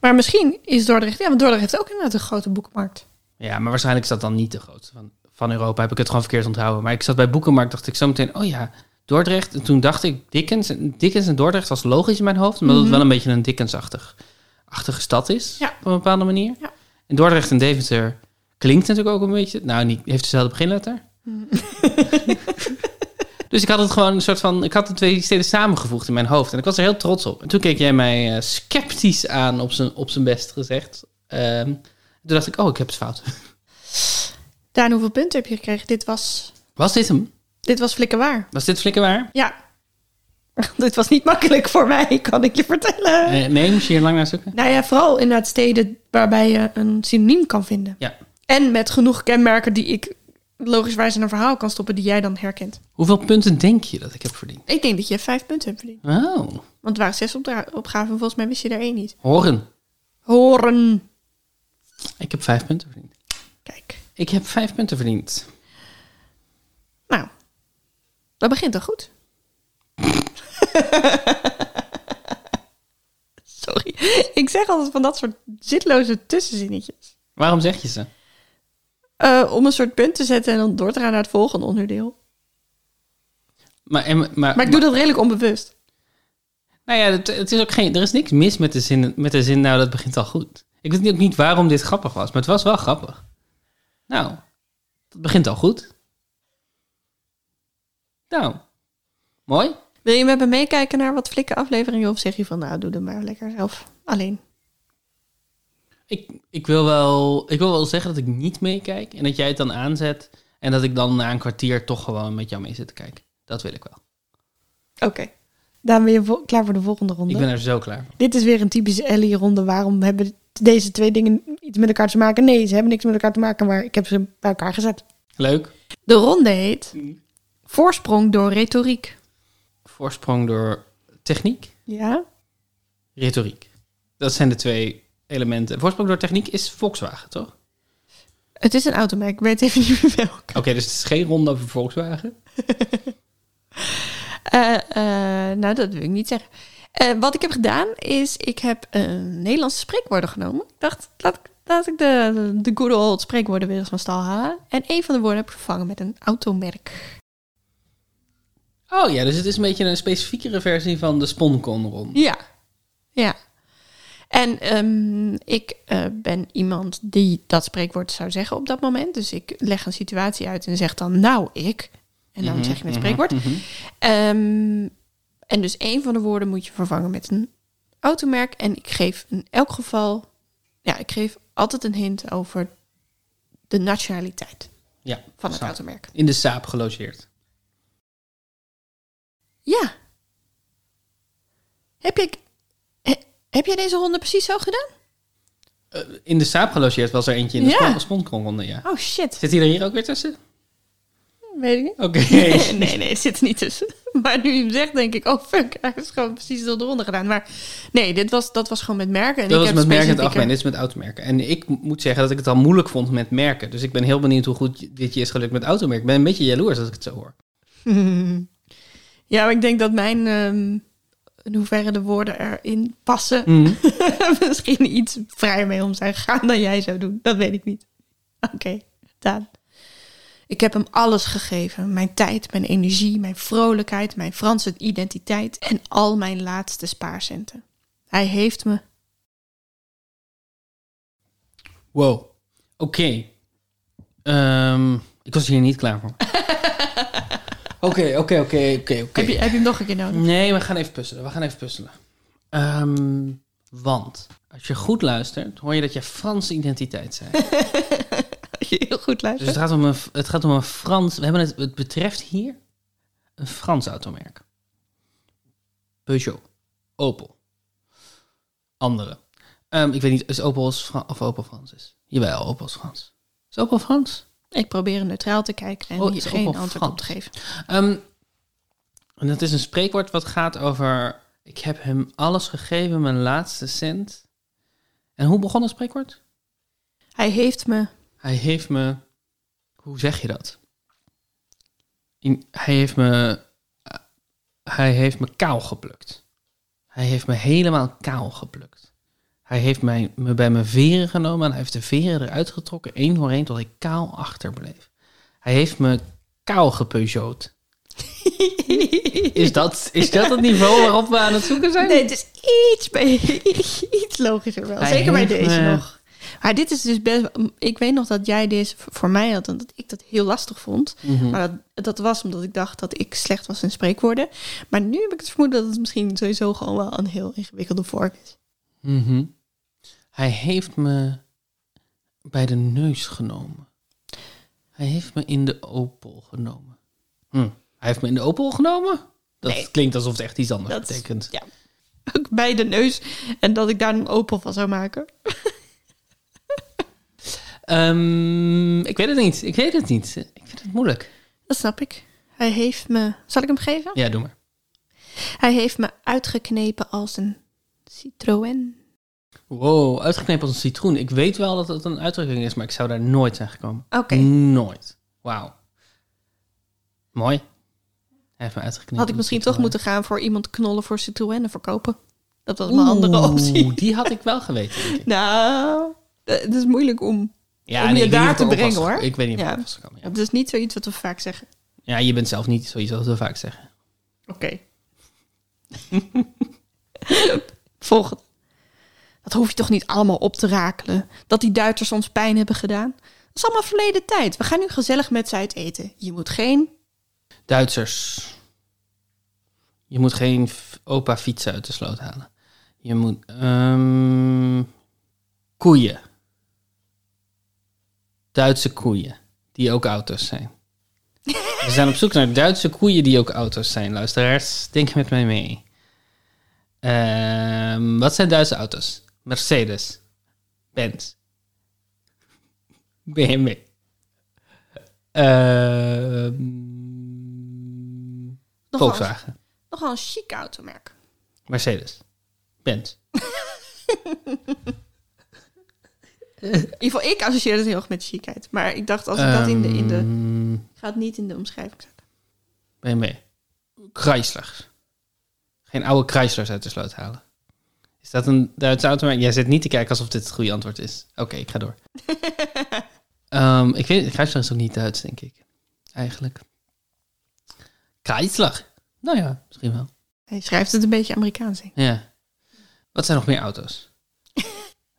Speaker 2: Maar misschien is Dordrecht... Ja, want Dordrecht heeft ook inderdaad een grote boekmarkt.
Speaker 1: Ja, maar waarschijnlijk is dat dan niet de grootste van, van Europa. Heb ik het gewoon verkeerd onthouden. Maar ik zat bij Boekenmarkt, dacht ik zo meteen, oh ja, Dordrecht. En toen dacht ik, Dickens, en- Dickens en Dordrecht was logisch in mijn hoofd. Omdat het wel een beetje een Dickens-achtig achtige stad is,
Speaker 2: Mhm. Ja.
Speaker 1: op een bepaalde manier.
Speaker 2: Ja.
Speaker 1: En Dordrecht en Deventer klinkt natuurlijk ook een beetje... Nou, niet, heeft dezelfde beginletter.
Speaker 2: Mhm.
Speaker 1: <laughs>
Speaker 2: <laughs>
Speaker 1: dus ik had het gewoon een soort van... Ik had de twee steden samengevoegd in mijn hoofd. En ik was er heel trots op. En toen keek jij mij eh, sceptisch aan, op zijn, op zijn best gezegd. Ehm, toen dacht ik, oh, ik heb het fout.
Speaker 2: Daan, hoeveel punten heb je gekregen? Dit was,
Speaker 1: Was dit hem?
Speaker 2: dit was waar.
Speaker 1: Was dit flikkerwaar?
Speaker 2: Ja. <laughs> dit was niet makkelijk voor mij, kan ik je vertellen.
Speaker 1: Eh, nee, moest je hier lang naar zoeken?
Speaker 2: Nou ja, vooral inderdaad steden waarbij je een synoniem kan vinden.
Speaker 1: Ja.
Speaker 2: En met genoeg kenmerken die ik logischwijs in een verhaal kan stoppen die jij dan herkent.
Speaker 1: Hoeveel punten denk je dat ik heb verdiend?
Speaker 2: Ik denk dat je vijf punten hebt verdiend.
Speaker 1: Oh,
Speaker 2: Want er waren zes opdra- opgaven, volgens mij wist je daar één niet.
Speaker 1: horen.
Speaker 2: Horen.
Speaker 1: Ik heb vijf punten verdiend.
Speaker 2: Kijk.
Speaker 1: Ik heb vijf punten verdiend.
Speaker 2: Nou, dat begint dan goed. <laughs> Sorry. Ik zeg altijd van dat soort zitloze tussenzinnetjes.
Speaker 1: Waarom zeg je ze?
Speaker 2: Eh, om een soort punt te zetten en dan door te gaan naar het volgende onderdeel.
Speaker 1: Maar, en, maar,
Speaker 2: Maar ik doe dat redelijk onbewust.
Speaker 1: Nou ja, het, het is ook geen, er is niks mis met de, zin, met de zin, nou dat begint al goed. Ik weet ook niet waarom dit grappig was, maar het was wel grappig. Nou, dat begint al goed. Nou, mooi.
Speaker 2: Wil je met me meekijken naar wat flikke afleveringen? Of zeg je van, nou, doe dat maar lekker zelf. Alleen.
Speaker 1: Ik, ik, wil wel, ik wil wel zeggen dat ik niet meekijk en dat jij het dan aanzet en dat ik dan na een kwartier toch gewoon met jou mee zit te kijken. Dat wil ik wel.
Speaker 2: Oké. Dan ben je vo- klaar voor de volgende ronde.
Speaker 1: Ik ben er zo klaar voor.
Speaker 2: Dit is weer een typische Ellie-ronde. Waarom hebben deze twee dingen iets met elkaar te maken? Nee, ze hebben niks met elkaar te maken, maar ik heb ze bij elkaar gezet.
Speaker 1: Leuk.
Speaker 2: De ronde heet Voorsprong door retoriek.
Speaker 1: Voorsprong door techniek,
Speaker 2: Ja?
Speaker 1: retoriek. Dat zijn de twee elementen. Voorsprong door techniek is Volkswagen, toch?
Speaker 2: Het is een
Speaker 1: Oh.
Speaker 2: auto, maar ik weet even niet meer welke.
Speaker 1: Oké, dus het is geen ronde over Volkswagen.
Speaker 2: Eh, eh, nou, dat wil ik niet zeggen. Eh, wat ik heb gedaan is, ik heb eh, Nederlandse spreekwoorden genomen. Ik dacht, laat, ik- laat ik de, de good old spreekwoorden weer eens van stal halen. En een van de woorden heb ik vervangen met een automerk.
Speaker 1: Oh ja, dus het is een beetje een specifiekere versie van de Sponcon-ron.
Speaker 2: Ja, ja. En ehm, ik eh, ben iemand die dat spreekwoord zou zeggen op dat moment. Dus ik leg een situatie uit en zeg dan, nou ik. En dan
Speaker 1: Mhm,
Speaker 2: zeg je het spreekwoord. Ehm, en dus één van de woorden moet je vervangen met een automerk. En ik geef in elk geval, ja, ik geef altijd een hint over de nationaliteit
Speaker 1: Ja,
Speaker 2: van het
Speaker 1: snap.
Speaker 2: automerk.
Speaker 1: In de saap gelogeerd.
Speaker 2: Ja. Heb ik, he- heb jij deze ronde precies zo gedaan?
Speaker 1: Eh, in de saap gelogeerd was er eentje in de
Speaker 2: Ja.
Speaker 1: spon Sponcon-ronde, ja.
Speaker 2: Oh shit.
Speaker 1: Zit hij er hier ook weer tussen?
Speaker 2: Weet ik niet.
Speaker 1: Oké.
Speaker 2: <laughs>
Speaker 1: <laughs>
Speaker 2: nee, nee, zit er niet tussen. <laughs> Maar nu je hem zegt, denk ik, oh fuck, hij is gewoon precies door de ronde gedaan. Maar nee, dit was, dat was gewoon met merken. En
Speaker 1: Dat
Speaker 2: ik
Speaker 1: was
Speaker 2: heb
Speaker 1: met merken in het
Speaker 2: specifieker-
Speaker 1: algemeen, dit is met automerken. En ik m- moet zeggen dat ik het al moeilijk vond met merken. Dus ik ben heel benieuwd hoe goed dit je is gelukt met automerken. Ik ben een beetje jaloers als ik het zo hoor.
Speaker 2: Hmm. <laughs> Ja, maar ik denk dat mijn, ehm, in hoeverre de woorden erin passen, <laughs> misschien iets vrijer mee om zijn gegaan dan jij zou doen. Dat weet ik niet. Oké, Daan. Ik heb hem alles gegeven. Mijn tijd, mijn energie, mijn vrolijkheid, mijn Franse identiteit en al mijn laatste spaarcenten. Hij heeft
Speaker 1: <laughs>
Speaker 2: me.
Speaker 1: Wow. Oké. Ehm, ik was hier niet klaar
Speaker 2: <laughs>
Speaker 1: voor. Oké, oké, oké, oké,
Speaker 2: Heb, je,
Speaker 1: oké.
Speaker 2: heb je hem nog een keer nodig?
Speaker 1: Nee, we gaan even puzzelen. We gaan even puzzelen. Ehm, want als je goed luistert, hoor je dat je Franse identiteit zei.
Speaker 2: <laughs> Als je heel goed
Speaker 1: Dus
Speaker 2: luistert.
Speaker 1: het gaat om een, het gaat om een Frans. We hebben het, het betreft hier een Frans automerk. Peugeot, Opel, andere. Ehm, ik weet niet, is Opel is Fra- of Opel Frans is? Jawel, Opel is Frans. Is Opel Frans?
Speaker 2: Ik probeer neutraal te kijken en
Speaker 1: Oh, het
Speaker 2: hier
Speaker 1: is ook
Speaker 2: geen
Speaker 1: wel
Speaker 2: antwoord
Speaker 1: Frans.
Speaker 2: op te geven.
Speaker 1: Ehm, en dat is een spreekwoord wat gaat over... Ik heb hem alles gegeven, mijn laatste cent. En hoe begon het spreekwoord?
Speaker 2: Hij heeft me.
Speaker 1: Hij heeft me. Hoe zeg je dat? In- hij heeft me. eh, hij heeft me kaal geplukt. Hij heeft me helemaal kaal geplukt. Hij heeft mij, me bij mijn veren genomen en hij heeft de veren eruit getrokken, één voor één, tot ik kaal achterbleef. Hij heeft me kaal gepeugeot. Is dat, is dat het niveau waarop we aan het zoeken zijn?
Speaker 2: Nee, het is iets, be- <laughs> iets logischer wel.
Speaker 1: Hij
Speaker 2: Zeker bij
Speaker 1: heeft,
Speaker 2: deze
Speaker 1: eh,
Speaker 2: nog. Maar dit is dus best... Ik weet nog dat jij deze v- voor mij had... en dat ik dat heel lastig vond.
Speaker 1: Mhm.
Speaker 2: Maar dat, dat was omdat ik dacht dat ik slecht was in spreekwoorden. Maar nu heb ik het vermoeden dat het misschien sowieso gewoon wel een heel ingewikkelde vorm is.
Speaker 1: Mhm. Hij heeft me bij de neus genomen. Hij heeft me in de Opel genomen. Hm. Hij heeft me in de Opel genomen? Dat
Speaker 2: Nee.
Speaker 1: klinkt alsof het echt iets anders
Speaker 2: Dat is-
Speaker 1: betekent.
Speaker 2: Ja. Ook bij de neus. En dat ik daar een opel van zou maken.
Speaker 1: Ehm, ik weet het niet. Ik weet het niet. Ik vind het moeilijk.
Speaker 2: Dat snap ik. Hij heeft me... Zal ik hem geven?
Speaker 1: Ja, doe maar.
Speaker 2: Hij heeft me uitgeknepen als een citroën.
Speaker 1: Wow, uitgeknepen als een citroen. Ik weet wel dat dat een uitdrukking is, maar ik zou daar nooit zijn gekomen.
Speaker 2: Oké.
Speaker 1: Nooit. Wauw. Mooi. Hij heeft me uitgeknepen.
Speaker 2: Had ik
Speaker 1: als
Speaker 2: misschien
Speaker 1: een citroen.
Speaker 2: toch moeten gaan voor iemand knollen voor Citroën verkopen. Dat was mijn andere
Speaker 1: Oeh,
Speaker 2: optie. <laughs>
Speaker 1: Die had ik wel geweten. denk ik.
Speaker 2: Nou, eh, het is moeilijk om. Om je
Speaker 1: ik weet
Speaker 2: daar
Speaker 1: niet of ik
Speaker 2: te
Speaker 1: erop
Speaker 2: brengen,
Speaker 1: was
Speaker 2: hoor.
Speaker 1: geko- Ik weet niet of
Speaker 2: Ja.
Speaker 1: ik erop was gekomen, ja.
Speaker 2: Het is niet zoiets wat we vaak zeggen.
Speaker 1: ja, je bent zelf niet zoiets als we vaak zeggen.
Speaker 2: Oké. <laughs> Volgende. Dat hoef je toch niet allemaal op te rakelen. Dat die Duitsers ons pijn hebben gedaan. Dat is allemaal verleden tijd. We gaan nu gezellig met ze uit eten. Je moet geen...
Speaker 1: Duitsers. Je moet geen f- opa fietsen uit de sloot halen. Je moet... ehm, koeien. Duitse koeien. Die ook auto's zijn. We zijn op zoek naar Duitse koeien die ook auto's zijn. Luisteraars, denk met mij mee. Ehm, wat zijn Duitse auto's? Mercedes. Benz. BMW. Ehm,
Speaker 2: Nogal,
Speaker 1: Volkswagen.
Speaker 2: nogal een chic automerk.
Speaker 1: Mercedes. Benz.
Speaker 2: In ieder geval, ik associeer het heel erg met chicheid. Maar ik dacht, als ik dat in de... In de
Speaker 1: Ehm,
Speaker 2: gaat niet in de omschrijving zetten.
Speaker 1: BMW. Chryslers. Geen oude Chryslers uit de sloot halen. Is dat een Duitse automerk? Jij zit niet te kijken alsof dit het goede antwoord is. Oké, ik ga
Speaker 2: <laughs>
Speaker 1: door. Ehm, ik weet Chrysler is ook niet Duits, denk ik. Eigenlijk. Chrysler. Nou ja, misschien wel.
Speaker 2: Hij schrijft het een beetje Amerikaans in.
Speaker 1: Ja. Wat zijn nog meer
Speaker 2: <laughs>
Speaker 1: auto's?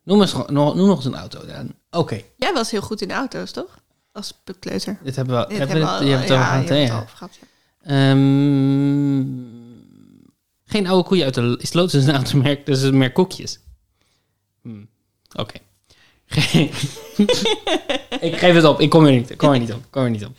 Speaker 1: noem, eens, nog- noem nog eens een auto. Ja, Oké,
Speaker 2: Jij was heel goed in auto's, toch? Als pukleuter.
Speaker 1: dit hebben we al.
Speaker 2: Dit
Speaker 1: hebben we
Speaker 2: al-
Speaker 1: dit- je hebt het over
Speaker 2: ja,
Speaker 1: gehad,
Speaker 2: je
Speaker 1: hè?
Speaker 2: hebt het
Speaker 1: Ja.
Speaker 2: over gehad, ja.
Speaker 1: Ehm, geen oude koeien uit de sloot is een automerk, dus het is meer koekjes. Hm, Oké. <laughs> ik geef het op. Ik kom er niet, ik kom er niet op. ik Kom er niet op.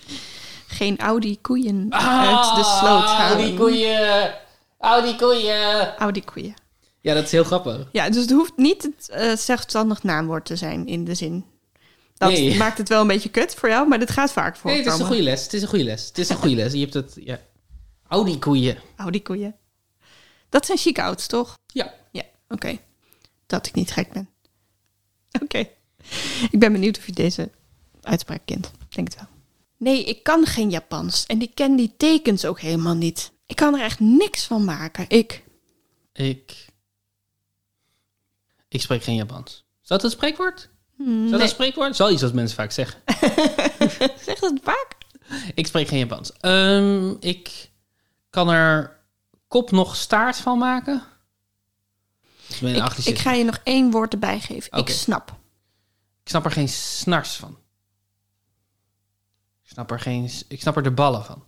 Speaker 2: Geen Audi koeien uit de sloot halen.
Speaker 1: Ah, Audi koeien. Audi koeien.
Speaker 2: Audi koeien.
Speaker 1: Ja, dat is heel grappig.
Speaker 2: Ja, dus het hoeft niet het eh, zelfstandig naamwoord te zijn in de zin. Dat
Speaker 1: Nee.
Speaker 2: maakt het wel een beetje kut voor jou, maar dit gaat vaak voor.
Speaker 1: Nee, het is een goede les. Het is een goede les. Het is een goede les. Je hebt het. Ja. Audi koeien.
Speaker 2: Audi koeien. Dat zijn chic ouds, toch?
Speaker 1: Ja.
Speaker 2: Ja, oké. Dat ik niet gek ben. Oké. Ik ben benieuwd of je deze uitspraak kent. Ik Denk het wel. Nee, ik kan geen Japans en ik ken die tekens ook helemaal niet. Ik kan er echt niks van maken. Ik. <laughs>
Speaker 1: Ik. Ik spreek geen Japans. Is dat een spreekwoord? Is dat
Speaker 2: Mm, nee.
Speaker 1: een spreekwoord? Zal iets wat mensen vaak zeggen.
Speaker 2: Zeg dat vaak?
Speaker 1: Ik spreek geen Japans. Ehm, ik kan er kop nog staart van maken. Dat is mijn
Speaker 2: Ik,
Speaker 1: achterste.
Speaker 2: ik ga je nog één woord erbij geven.
Speaker 1: Oké.
Speaker 2: Ik snap. <laughs>
Speaker 1: Ik snap er geen snars van. Ik snap er, geen, ik snap er de ballen van.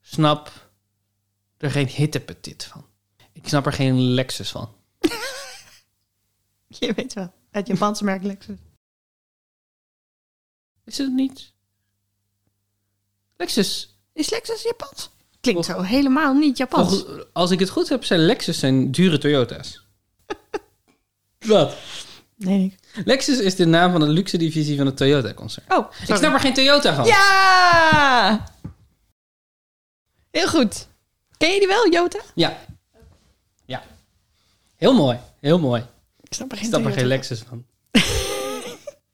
Speaker 1: Snap er geen hittepetit van. Ik snap er geen Lexus van.
Speaker 2: Je weet wel. Het Japanse merk Lexus.
Speaker 1: Is het niet? Lexus.
Speaker 2: Is Lexus Japans? Klinkt zo helemaal niet Japans.
Speaker 1: Volgens- als ik het goed heb, zijn Lexus zijn dure
Speaker 2: <laughs>
Speaker 1: Toyota's. Wat?
Speaker 2: Nee, nee.
Speaker 1: Lexus is de naam van de luxe divisie van het Toyota-concern.
Speaker 2: Oh,
Speaker 1: Ik snap er geen Toyota van.
Speaker 2: Ja! Heel goed. Ken je die wel, Jota?
Speaker 1: Ja. Ja. Heel mooi. Heel mooi.
Speaker 2: Ik snap er
Speaker 1: Ik
Speaker 2: geen,
Speaker 1: snap er
Speaker 2: Toyota
Speaker 1: geen
Speaker 2: van.
Speaker 1: Lexus van. <laughs>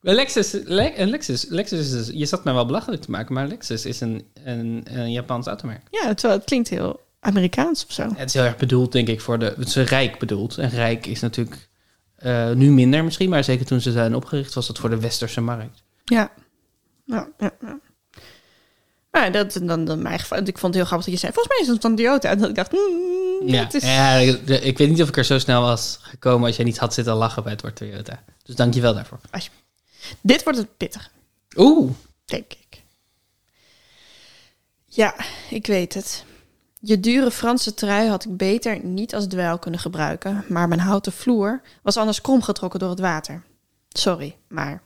Speaker 1: Wel, Lexus, Le- eh, Lexus, Lexus is dus- je zat mij wel belachelijk te maken, maar Lexus is een, een, een Japans automerk.
Speaker 2: Ja, terwijl het klinkt heel Amerikaans of zo.
Speaker 1: Het is heel erg bedoeld, denk ik, voor de. Het is rijk bedoeld. En rijk is natuurlijk eh, nu minder misschien, maar zeker toen ze zijn opgericht, was dat voor de westerse markt.
Speaker 2: Ja. Ja, ja, ja. Maar ja, dat dan, dan mijn geval. Ik vond het heel grappig dat je zei, volgens mij is het van Toyota. En dat ik dacht, hmm,
Speaker 1: Ja,
Speaker 2: dat is...
Speaker 1: ja ik, de- ik weet niet of ik er zo snel was gekomen als jij niet had zitten lachen bij het woord Toyota. Dus dank je wel daarvoor.
Speaker 2: Dit wordt het pittig,
Speaker 1: Oeh,
Speaker 2: denk ik. Ja, ik weet het. Je dure Franse trui had ik beter niet als dweil kunnen gebruiken, maar mijn houten vloer was anders kromgetrokken door het water. Sorry, maar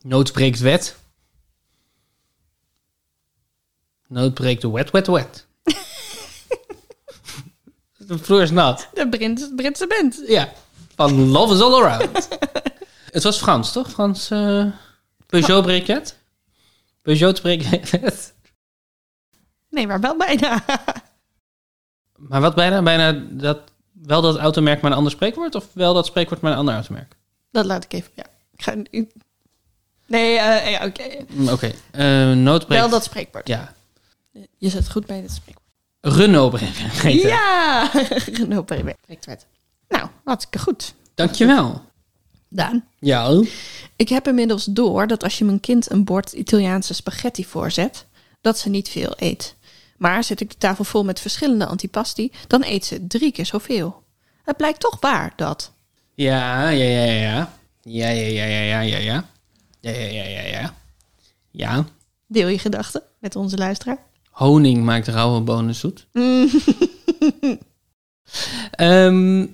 Speaker 1: nood breekt wet. Nood breekt wet, wet, wet. de vloer is nat.
Speaker 2: de Britse, Britse band.
Speaker 1: Ja, van love is all around. het was Frans, toch? Frans eh, Peugeot breekt wet? Peugeot breekt wet.
Speaker 2: Nee, maar wel bijna.
Speaker 1: Maar wat bijna? Bijna dat, wel dat automerk maar een ander spreekwoord? Of wel dat spreekwoord maar een ander automerk?
Speaker 2: Dat laat ik even. Ja. Ik ga, nu- nee, eh, ja, oké.
Speaker 1: Mm, Oké, Eh nood breekt...
Speaker 2: Wel dat spreekwoord.
Speaker 1: Ja.
Speaker 2: Je zit goed bij dit spreekwoord.
Speaker 1: Renault breekt <laughs> wet.
Speaker 2: Ja! <laughs> Renault Paribas. Spreekwoord. Nou, hartstikke goed.
Speaker 1: Dankjewel.
Speaker 2: Daan.
Speaker 1: Ja.
Speaker 2: Ik heb inmiddels door dat als je mijn kind een bord Italiaanse spaghetti voorzet, dat ze niet veel eet. Maar zet ik de tafel vol met verschillende antipasti, dan eet ze drie keer zoveel. Het blijkt toch waar dat.
Speaker 1: Ja, ja, ja, ja. Ja, ja, ja, ja, ja, ja, ja. Ja, ja, ja, ja, ja. Ja.
Speaker 2: Deel je gedachten met onze luisteraar.
Speaker 1: Honing maakt rauwe bonen
Speaker 2: <laughs>
Speaker 1: zoet. Ehm,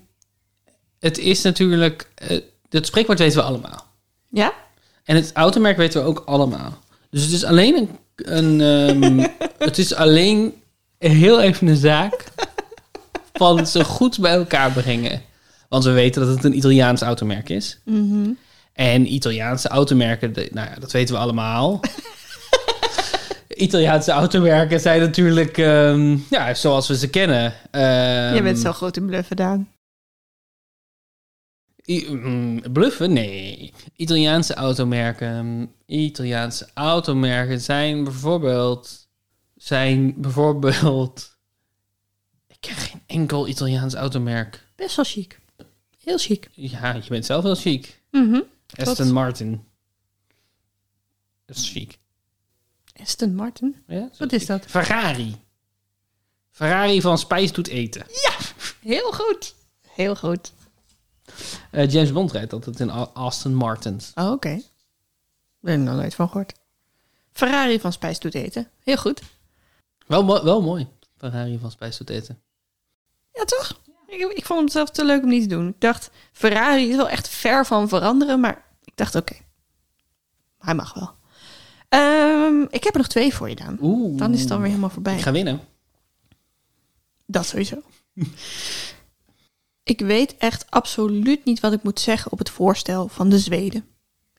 Speaker 1: het is natuurlijk... eh, dat spreekwoord weten we allemaal.
Speaker 2: Ja?
Speaker 1: En het automerk weten we ook allemaal. Dus het is alleen een... een
Speaker 2: <laughs>
Speaker 1: ehm, het is alleen heel even een zaak... van ze goed bij elkaar brengen. Want we weten dat het een Italiaans automerk is.
Speaker 2: Mhm.
Speaker 1: En Italiaanse automerken, de- nou ja, dat weten we
Speaker 2: <laughs>
Speaker 1: allemaal. Italiaanse automerken zijn natuurlijk ehm, ja, zoals we ze kennen. Ehm,
Speaker 2: Je bent zo groot in bluffen, Daan.
Speaker 1: I- mm, bluffen? Nee. Italiaanse automerken. mm, Italiaanse automerken zijn bijvoorbeeld. Zijn bijvoorbeeld. Ik ken geen enkel Italiaans automerk.
Speaker 2: Best wel chic. Heel chic.
Speaker 1: Ja, je bent zelf wel chic.
Speaker 2: Mhm.
Speaker 1: Aston Martin. Dat is chic.
Speaker 2: Aston Martin.
Speaker 1: Ja, dat
Speaker 2: Wat
Speaker 1: chic.
Speaker 2: is dat?
Speaker 1: Ferrari. Ferrari van spijs doet eten.
Speaker 2: Heel goed. Heel goed.
Speaker 1: Eh, James Bond rijdt altijd in A- Aston Martins.
Speaker 2: Oh, oké. Daar heb ik nog nooit van gehoord. Ferrari van spijs doet eten. Heel goed.
Speaker 1: Wel, mo- wel mooi. Ferrari van spijs doet eten.
Speaker 2: Ja, toch? Ik, ik vond hem zelf te leuk om niet te doen. Ik dacht, Ferrari is wel echt ver van veranderen, maar ik dacht, oké. Hij mag wel. Ehm, ik heb er nog twee voor je, Daan.
Speaker 1: Oeh.
Speaker 2: Dan is het dan weer helemaal voorbij.
Speaker 1: Ik ga winnen.
Speaker 2: Dat sowieso. ik weet echt absoluut niet wat ik moet zeggen op het voorstel van de Zweden.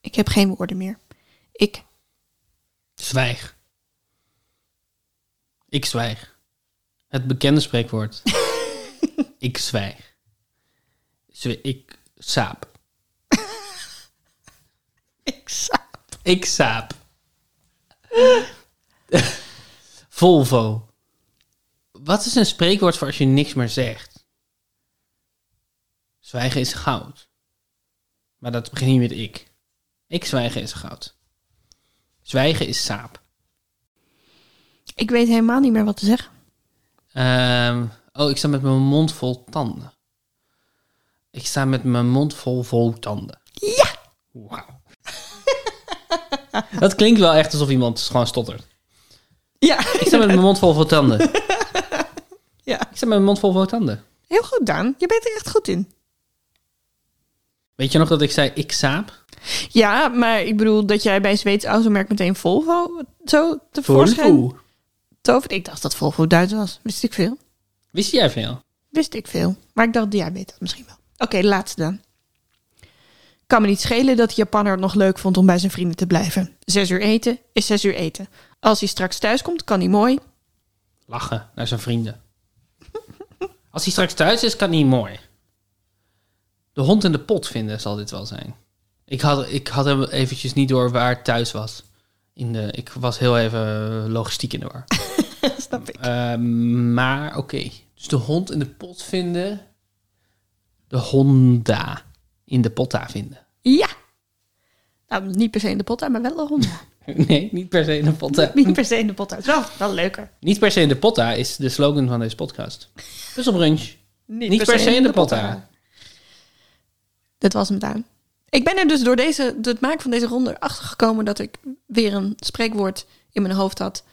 Speaker 2: Ik heb geen woorden meer. Ik,
Speaker 1: Zwijg. Ik zwijg. Het bekende spreekwoord. ik zwijg. Zwe- ik saap.
Speaker 2: ik saap.
Speaker 1: Ik saap. Volvo. Wat is een spreekwoord voor als je niks meer zegt? Zwijgen is goud. Maar dat begint niet met ik. Ik zwijgen is goud. Zwijgen is saap.
Speaker 2: Ik weet helemaal niet meer wat te zeggen.
Speaker 1: Ehm, oh, ik sta met mijn mond vol tanden. Ik sta met mijn mond vol vol tanden.
Speaker 2: Ja!
Speaker 1: Wauw. <laughs> dat klinkt wel echt alsof iemand gewoon stottert.
Speaker 2: Ja,
Speaker 1: Ik sta met mijn mond vol vol tanden. Ik
Speaker 2: ja.
Speaker 1: sta met mijn mond vol vol tanden.
Speaker 2: Heel goed, Daan. Je bent er echt goed in.
Speaker 1: Weet je nog dat ik zei ik saap?
Speaker 2: Ja, maar ik bedoel dat jij bij een Zweeds automerk meteen Volvo zo tevoorschijn
Speaker 1: Volvo.
Speaker 2: tovert. Ik dacht dat Volvo Duits was. Wist ik veel.
Speaker 1: Wist jij veel?
Speaker 2: Wist ik veel. Maar ik dacht, jij weet dat misschien wel. Oké, de laatste dan. Kan me niet schelen dat de Japanner het nog leuk vond om bij zijn vrienden te blijven. Zes uur eten is zes uur eten. Als hij straks thuis komt, kan hij
Speaker 1: <laughs>
Speaker 2: mooi.
Speaker 1: Lachen naar zijn vrienden. Als hij straks thuis is, kan hij mooi. De hond in de pot vinden zal dit wel zijn. Ik had, ik had hem eventjes niet door waar het thuis was. In de, ik was heel even logistiek in de <laughs> war.
Speaker 2: Snap ik.
Speaker 1: Eh, maar oké. Dus de hond in de pot vinden. De Honda in de potta vinden. <laughs>
Speaker 2: Ja. Nou, niet per se in de pot uit, maar wel een Honda.
Speaker 1: Nee, niet per se in de potta.
Speaker 2: <laughs> niet per se in de pot uit. Wel, wel leuker.
Speaker 1: Niet per se in de potta is de slogan van deze podcast. Puzzelbrunch. Niet, per, se, in de potta.
Speaker 2: Dat was hem Daan. Ik ben er dus door deze, door het maken van deze ronde achtergekomen dat ik weer een spreekwoord in mijn hoofd had.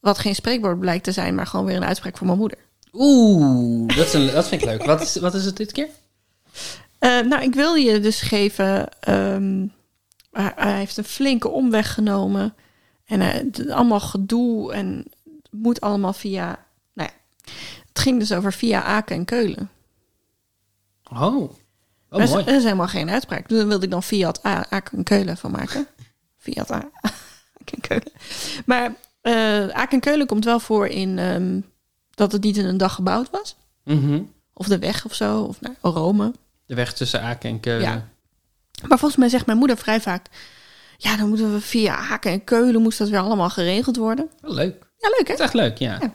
Speaker 2: Wat geen spreekwoord blijkt te zijn, maar gewoon weer een uitspraak van mijn moeder.
Speaker 1: Oeh, dat, is een, dat vind ik leuk. Wat is, wat is het dit keer?
Speaker 2: Eh, nou, ik wil je dus geven. ehm, hij, hij heeft een flinke omweg genomen. En eh, d- allemaal gedoe en het moet allemaal via. Nou ja, het ging dus over via Aken en Keulen.
Speaker 1: Oh,
Speaker 2: Er
Speaker 1: oh
Speaker 2: is,
Speaker 1: mooi.
Speaker 2: er is helemaal geen uitspraak. Dus daar wilde ik dan Fiat A, Aken Keulen van
Speaker 1: <laughs>
Speaker 2: maken. Fiat A, <laughs> Aken Keulen. Maar eh Aken Keulen komt wel voor in ehm, dat het niet in een dag gebouwd was.
Speaker 1: Mhm.
Speaker 2: Of de weg of zo, of naar Rome.
Speaker 1: De weg tussen Aken en Keulen.
Speaker 2: Ja. Maar volgens mij zegt mijn moeder vrij vaak... Ja, dan moeten we via Aken en Keulen moest dat weer allemaal geregeld worden.
Speaker 1: Wel Oh, leuk.
Speaker 2: Ja, leuk
Speaker 1: Het
Speaker 2: hè?
Speaker 1: is echt leuk, ja.
Speaker 2: Ja.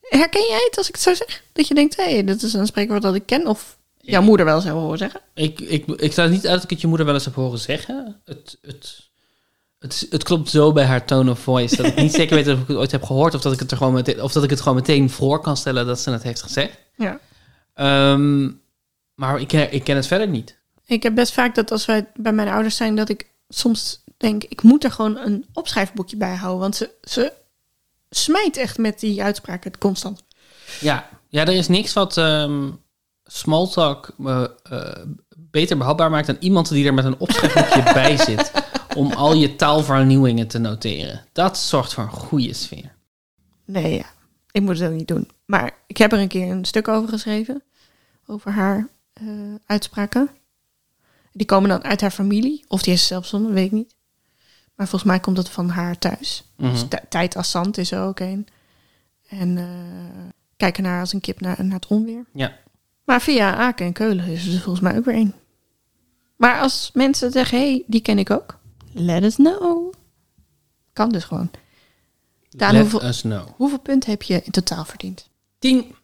Speaker 2: Herken jij het als ik het zo zeg? Dat je denkt, hé, hey, dat is een spreekwoord dat ik ken. Of jouw
Speaker 1: Ik-
Speaker 2: moeder wel zou horen zeggen.
Speaker 1: Ik, ik, ik sta niet uit dat ik het je moeder wel eens heb horen zeggen. Het, het, het, het klopt zo bij haar tone of voice dat ik niet zeker weet of ik het ooit heb gehoord of dat ik het, er gewoon meteen, of dat ik het gewoon meteen voor kan stellen dat ze het heeft gezegd.
Speaker 2: Ja.
Speaker 1: Ehm, maar ik, ken- ik ken het verder niet.
Speaker 2: Ik heb best vaak dat als wij bij mijn ouders zijn, dat ik soms denk, ik moet er gewoon een opschrijfboekje bij houden. Want ze, ze smijt echt met die uitspraken het constant.
Speaker 1: Ja, ja er is niks wat ehm Smalltalk eh, eh, beter behapbaar maakt dan iemand die er met een <laughs> opschriftboekje bij zit. Om al je taalvernieuwingen te noteren. Dat zorgt voor een goede sfeer.
Speaker 2: Nee, ja. Ik moet het ook niet doen. Maar ik heb er een keer een stuk over geschreven. Over haar eh, uitspraken. Die komen dan uit haar familie. Of die is zelfs zonder, weet ik niet. Maar volgens mij komt dat van haar thuis.
Speaker 1: Mhm.
Speaker 2: Dus t- tijd als zand is er ook een. En eh, kijken naar als een kip naar, naar het onweer.
Speaker 1: Ja.
Speaker 2: Maar via Aken en Keulen is er dus volgens mij ook weer één. Maar als mensen zeggen, hé, hey, die ken ik ook. Let us know. Kan dus gewoon. Daan,
Speaker 1: Let
Speaker 2: hoeveel,
Speaker 1: us know.
Speaker 2: hoeveel punten heb je in totaal verdiend?
Speaker 1: Tien.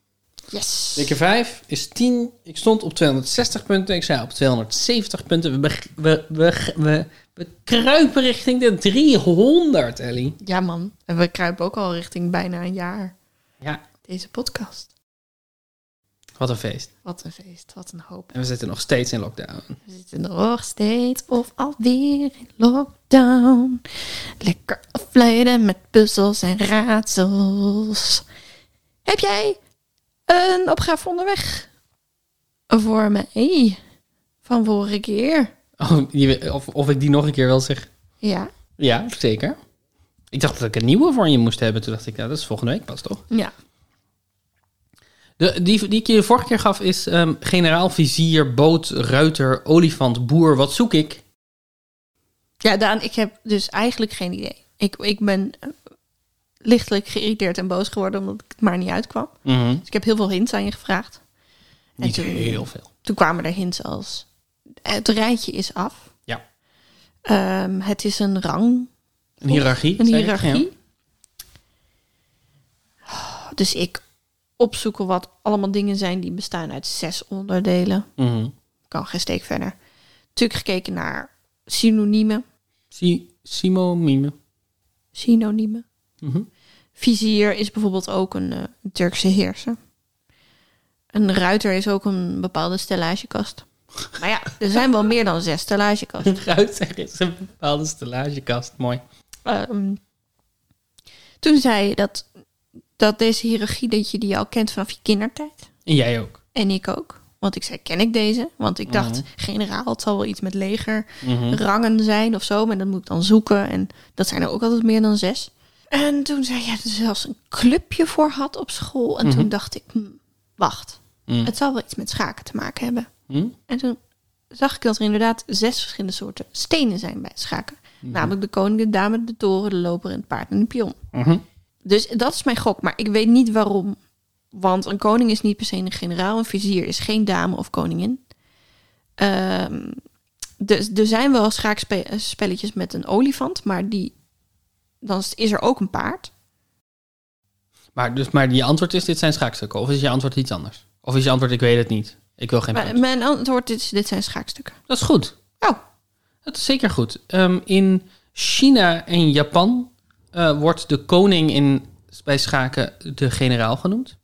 Speaker 2: Yes.
Speaker 1: Dikke 5 is 10. Ik stond op 260 punten. Ik zei op 270 punten. We, beg- we, we, we, we kruipen richting de 300, Ellie.
Speaker 2: Ja, man. En we kruipen ook al richting bijna een jaar.
Speaker 1: Ja.
Speaker 2: Deze podcast.
Speaker 1: Wat een feest.
Speaker 2: Wat een feest. Wat een hoop.
Speaker 1: En we zitten nog steeds in lockdown.
Speaker 2: We zitten nog steeds of alweer in lockdown. Lekker afleiden met puzzels en raadsels. Heb jij een opgave onderweg voor mij van vorige keer?
Speaker 1: Oh, je- Of, of ik die nog een keer wil zeggen.
Speaker 2: Ja.
Speaker 1: Ja, zeker. Ik dacht dat ik een nieuwe voor je moest hebben. Toen dacht ik, nou, dat is volgende week pas toch?
Speaker 2: Ja.
Speaker 1: De, die, die ik je de vorige keer gaf is ehm, generaal, vizier, boot, ruiter, olifant, boer. Wat zoek ik?
Speaker 2: Ja, Daan, ik heb dus eigenlijk geen idee. Ik, ik ben eh, lichtelijk geïrriteerd en boos geworden omdat ik het maar niet uitkwam. Dus ik heb heel veel hints aan je gevraagd. En
Speaker 1: Niet
Speaker 2: toen-
Speaker 1: heel veel.
Speaker 2: Toen kwamen er hints als... Het rijtje is af.
Speaker 1: Ja.
Speaker 2: Ehm, het is een rang,
Speaker 1: Een hiërarchie.
Speaker 2: een
Speaker 1: zei ik,
Speaker 2: hiërarchie.
Speaker 1: ja.
Speaker 2: Dus ik opzoeken wat allemaal dingen zijn die bestaan uit zes onderdelen.
Speaker 1: Mhm.
Speaker 2: Kan geen steek verder. Natuurlijk gekeken naar synoniemen,
Speaker 1: Si- <laughs> Simonieme.
Speaker 2: synoniemen.
Speaker 1: Mhm.
Speaker 2: Vizier is bijvoorbeeld ook een eh, Turkse heerser. Een ruiter is ook een bepaalde stellagekast. Maar ja, er zijn wel meer dan zes stellagekasten.
Speaker 1: Een ruiter is een bepaalde stellagekast. Mooi.
Speaker 2: Ehm, toen zei je dat, dat deze hiërarchie, dat je die al kent vanaf je kindertijd.
Speaker 1: En jij ook.
Speaker 2: En ik ook. Want ik zei, ken ik deze? Want ik dacht, generaal, het zal wel iets met leger, rangen zijn of zo. Maar dat moet ik dan zoeken. En dat zijn er ook altijd meer dan zes. En toen zei jij dat er zelfs een clubje voor had op school. En toen dacht ik, hm, wacht.
Speaker 1: Mm.
Speaker 2: Het zal wel iets met schaken te maken hebben.
Speaker 1: Hm?
Speaker 2: En toen zag ik dat er inderdaad zes verschillende soorten stenen zijn bij het schaken. Namelijk de koning, de dame, de toren, de loper, en het paard en de pion.
Speaker 1: Mhm.
Speaker 2: Dus dat is mijn gok, maar ik weet niet waarom. Want een koning is niet per se een generaal, een vizier is geen dame of koningin. Ehm, dus er zijn wel schaakspelletjes met een olifant, maar die, dan is er ook een paard.
Speaker 1: Maar, dus, maar je antwoord is, dit zijn schaakstukken. Of is je antwoord iets anders? Of is je antwoord, ik weet het niet. Ik wil geen
Speaker 2: Maar ehm,
Speaker 1: punt.
Speaker 2: mijn antwoord is, dit zijn schaakstukken.
Speaker 1: Dat is goed.
Speaker 2: Oh,
Speaker 1: Dat is zeker goed. Ehm, in China en Japan eh, wordt de koning in, bij schaken de generaal genoemd.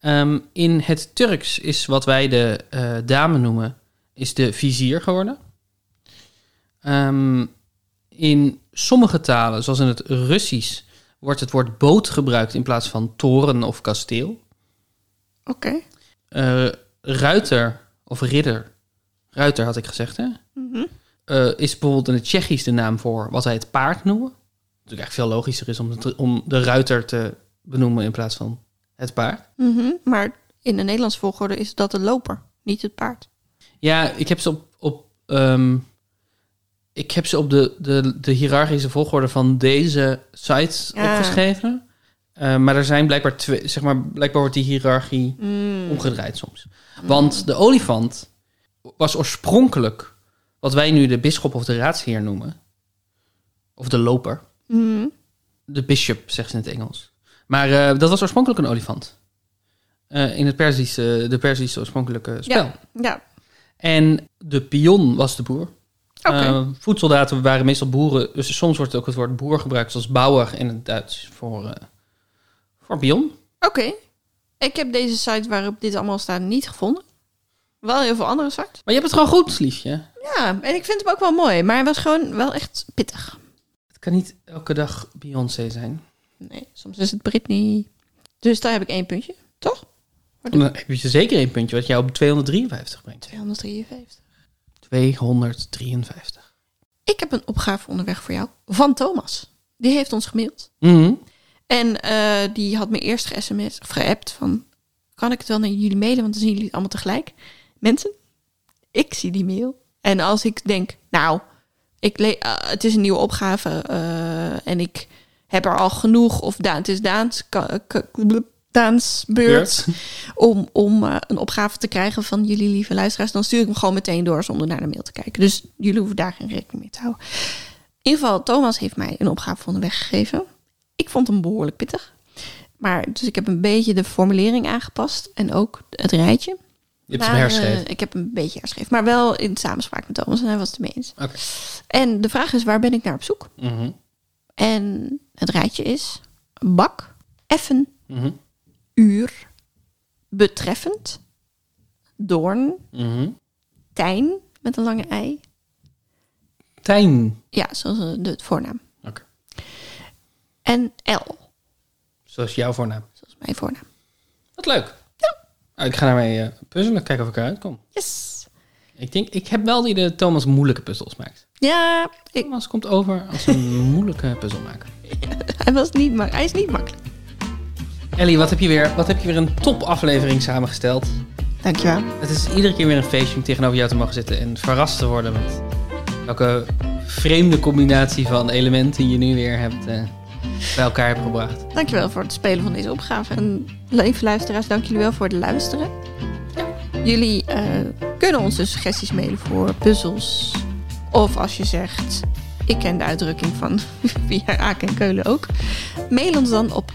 Speaker 1: Ehm, in het Turks is wat wij de eh, dame noemen, is de vizier geworden. Ehm, in sommige talen, zoals in het Russisch, wordt het woord boot gebruikt in plaats van toren of kasteel.
Speaker 2: oké.
Speaker 1: Eh, ruiter of ridder. Ruiter had ik gezegd, hè?
Speaker 2: Mhm.
Speaker 1: eh, is bijvoorbeeld in het Tsjechisch de naam voor wat wij het paard noemen. Natuurlijk echt veel logischer is om, het- om de ruiter te benoemen in plaats van het paard.
Speaker 2: Mhm. Maar in de Nederlandse volgorde is dat de loper, niet het paard.
Speaker 1: Ja, ik heb ze op, op, ehm, ik heb ze op de, de, de hiërarchische volgorde van deze sites
Speaker 2: Ja.
Speaker 1: opgeschreven. Eh, maar er zijn blijkbaar twee, zeg maar, blijkbaar wordt die hiërarchie omgedraaid soms. Want de olifant was oorspronkelijk wat wij nu de bisschop of de raadsheer noemen. Of de loper.
Speaker 2: Mhm.
Speaker 1: De bishop, zegt ze in het Engels. Maar eh, dat was oorspronkelijk een olifant. Eh, in het Perzische, de Perzische oorspronkelijke spel.
Speaker 2: Ja, ja.
Speaker 1: En de pion was de boer.
Speaker 2: oké.
Speaker 1: Eh, voedsoldaten waren meestal boeren. Dus soms wordt ook het woord boer gebruikt als bouwer in het Duits voor, eh, voor pion.
Speaker 2: Oké. Ik heb deze site waarop dit allemaal staat niet gevonden. Wel heel veel andere sites.
Speaker 1: Maar je hebt het gewoon goed, liefje.
Speaker 2: Ja, en ik vind hem ook wel mooi. Maar hij was gewoon wel echt pittig.
Speaker 1: Het kan niet elke dag Beyoncé zijn.
Speaker 2: Nee, soms is het Britney. Dus daar heb ik één puntje, toch?
Speaker 1: Dan heb je zeker één puntje wat jou op 253 brengt.
Speaker 2: 253.
Speaker 1: 253.
Speaker 2: Ik heb een opgave onderweg voor jou van Thomas. Die heeft ons gemaild.
Speaker 1: Mhm.
Speaker 2: En eh, die had me eerst ge-sms, of geappt van... Kan ik het wel naar jullie mailen, want dan zien jullie het allemaal tegelijk. Mensen, ik zie die mail. En als ik denk, nou, ik le- eh, het is een nieuwe opgave... eh, en ik heb er al genoeg, of Daan, het is Daans, ka- ka- blub, Daans beurt... om, om eh, een opgave te krijgen van jullie lieve luisteraars... dan stuur ik hem gewoon meteen door zonder naar de mail te kijken. Dus jullie hoeven daar geen rekening mee te houden. In ieder geval, Thomas heeft mij een opgave van de weg gegeven. Ik vond hem behoorlijk pittig. Maar dus ik heb een beetje de formulering aangepast en ook het rijtje.
Speaker 1: Je hebt
Speaker 2: Maar,
Speaker 1: hem herschreven.
Speaker 2: eh, ik heb een beetje herschreven, maar wel in samenspraak met Thomas en hij was het ermee eens.
Speaker 1: Oké.
Speaker 2: En de vraag is, waar ben ik naar op zoek?
Speaker 1: Mhm,
Speaker 2: En het rijtje is bak, effen,
Speaker 1: mhm,
Speaker 2: uur, betreffend, doorn,
Speaker 1: mhm.
Speaker 2: tijn met een lange ei.
Speaker 1: Tijn.
Speaker 2: Ja, zoals eh, de, het voornaam.
Speaker 1: Oké.
Speaker 2: En L,
Speaker 1: Zoals jouw voornaam.
Speaker 2: zoals mijn voornaam.
Speaker 1: Wat leuk. Ja. Ik ga daarmee eh puzzelen, kijken of ik eruit kom.
Speaker 2: Yes!
Speaker 1: Ik denk, ik heb wel die de Thomas moeilijke puzzels maakt.
Speaker 2: Ja, ik,
Speaker 1: Thomas komt over als <laughs> een moeilijke puzzelmaker.
Speaker 2: hij, was niet mak- hij is niet makkelijk.
Speaker 1: Ellie, wat heb je weer? Wat heb je weer een topaflevering samengesteld?
Speaker 2: Dankjewel.
Speaker 1: Het is iedere keer weer een feestje om tegenover jou te mogen zitten en verrast te worden met welke vreemde combinatie van elementen je nu weer hebt eh, bij elkaar hebt gebracht.
Speaker 2: Dankjewel voor het spelen van deze opgave. En lieve luisteraars, dank jullie wel voor het luisteren. Jullie eh, kunnen ons dus suggesties mailen voor puzzels. Of als je zegt, ik ken de uitdrukking van <laughs> via Aken en Keulen ook. Mail ons dan op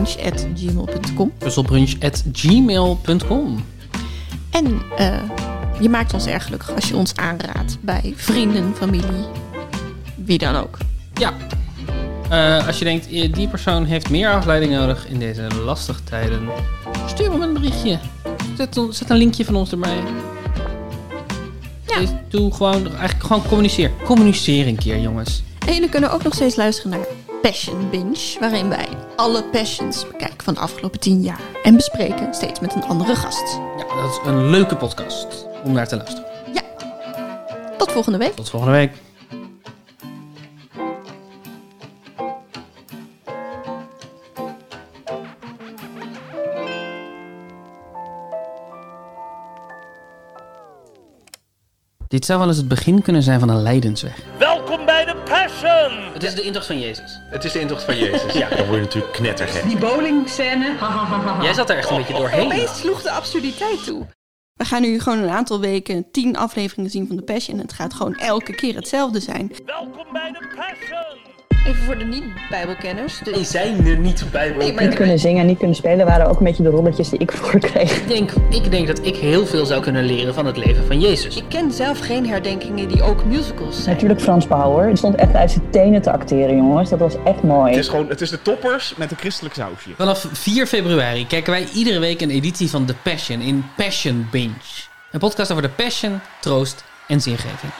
Speaker 2: puzzelbrunch.gmail.com
Speaker 1: Puzzelbrunch.gmail.com
Speaker 2: En eh, je maakt ons erg gelukkig als je ons aanraadt bij vrienden, familie, wie dan ook.
Speaker 1: Ja. Eh, als je denkt, eh, die persoon heeft meer afleiding nodig in deze lastige tijden, stuur hem een berichtje. Zet, on- zet een linkje van ons erbij.
Speaker 2: Ja.
Speaker 1: Dus doe gewoon, eigenlijk gewoon communiceer. Communiceer een keer, jongens.
Speaker 2: En jullie kunnen ook nog steeds luisteren naar Passion Binge, waarin wij alle passions bekijken van de afgelopen 10 jaar en bespreken, steeds met een andere gast.
Speaker 1: Ja, dat is een leuke podcast om naar te luisteren.
Speaker 2: Ja, tot volgende week.
Speaker 1: Tot volgende week. Dit zou wel eens het begin kunnen zijn van een lijdensweg.
Speaker 3: Welkom bij de Passion!
Speaker 1: Het is de intocht van Jezus.
Speaker 4: Het is de intocht van Jezus. ja. Dan word je natuurlijk knettergek.
Speaker 5: Die bowlingscène. Ha, ha, ha, ha,
Speaker 4: Ah.
Speaker 5: ha.
Speaker 1: Jij zat er echt een beetje doorheen.
Speaker 2: sloeg de absurditeit toe. We gaan nu gewoon een aantal weken 10 afleveringen zien van de Passion. Het gaat gewoon elke keer hetzelfde zijn.
Speaker 3: Welkom bij de Passion!
Speaker 2: Even voor de niet-bijbelkenners. De...
Speaker 4: Die zijn er niet bij.
Speaker 2: Nee,
Speaker 5: Niet kunnen zingen en niet kunnen spelen waren ook een beetje de rolletjes die ik <laughs> voor kreeg.
Speaker 1: Ik denk, ik denk dat ik heel veel zou kunnen leren van het leven van Jezus.
Speaker 2: ik ken zelf geen herdenkingen die ook musicals zijn.
Speaker 5: Natuurlijk Frans Bauer. Die stond echt uit zijn tenen te acteren, jongens. Dat was echt mooi.
Speaker 4: Het is gewoon, het is de toppers met een christelijk sausje.
Speaker 1: Vanaf 4 februari kijken wij iedere week een editie van The Passion in Passion Binge. Een podcast over de passion, troost en zingeving.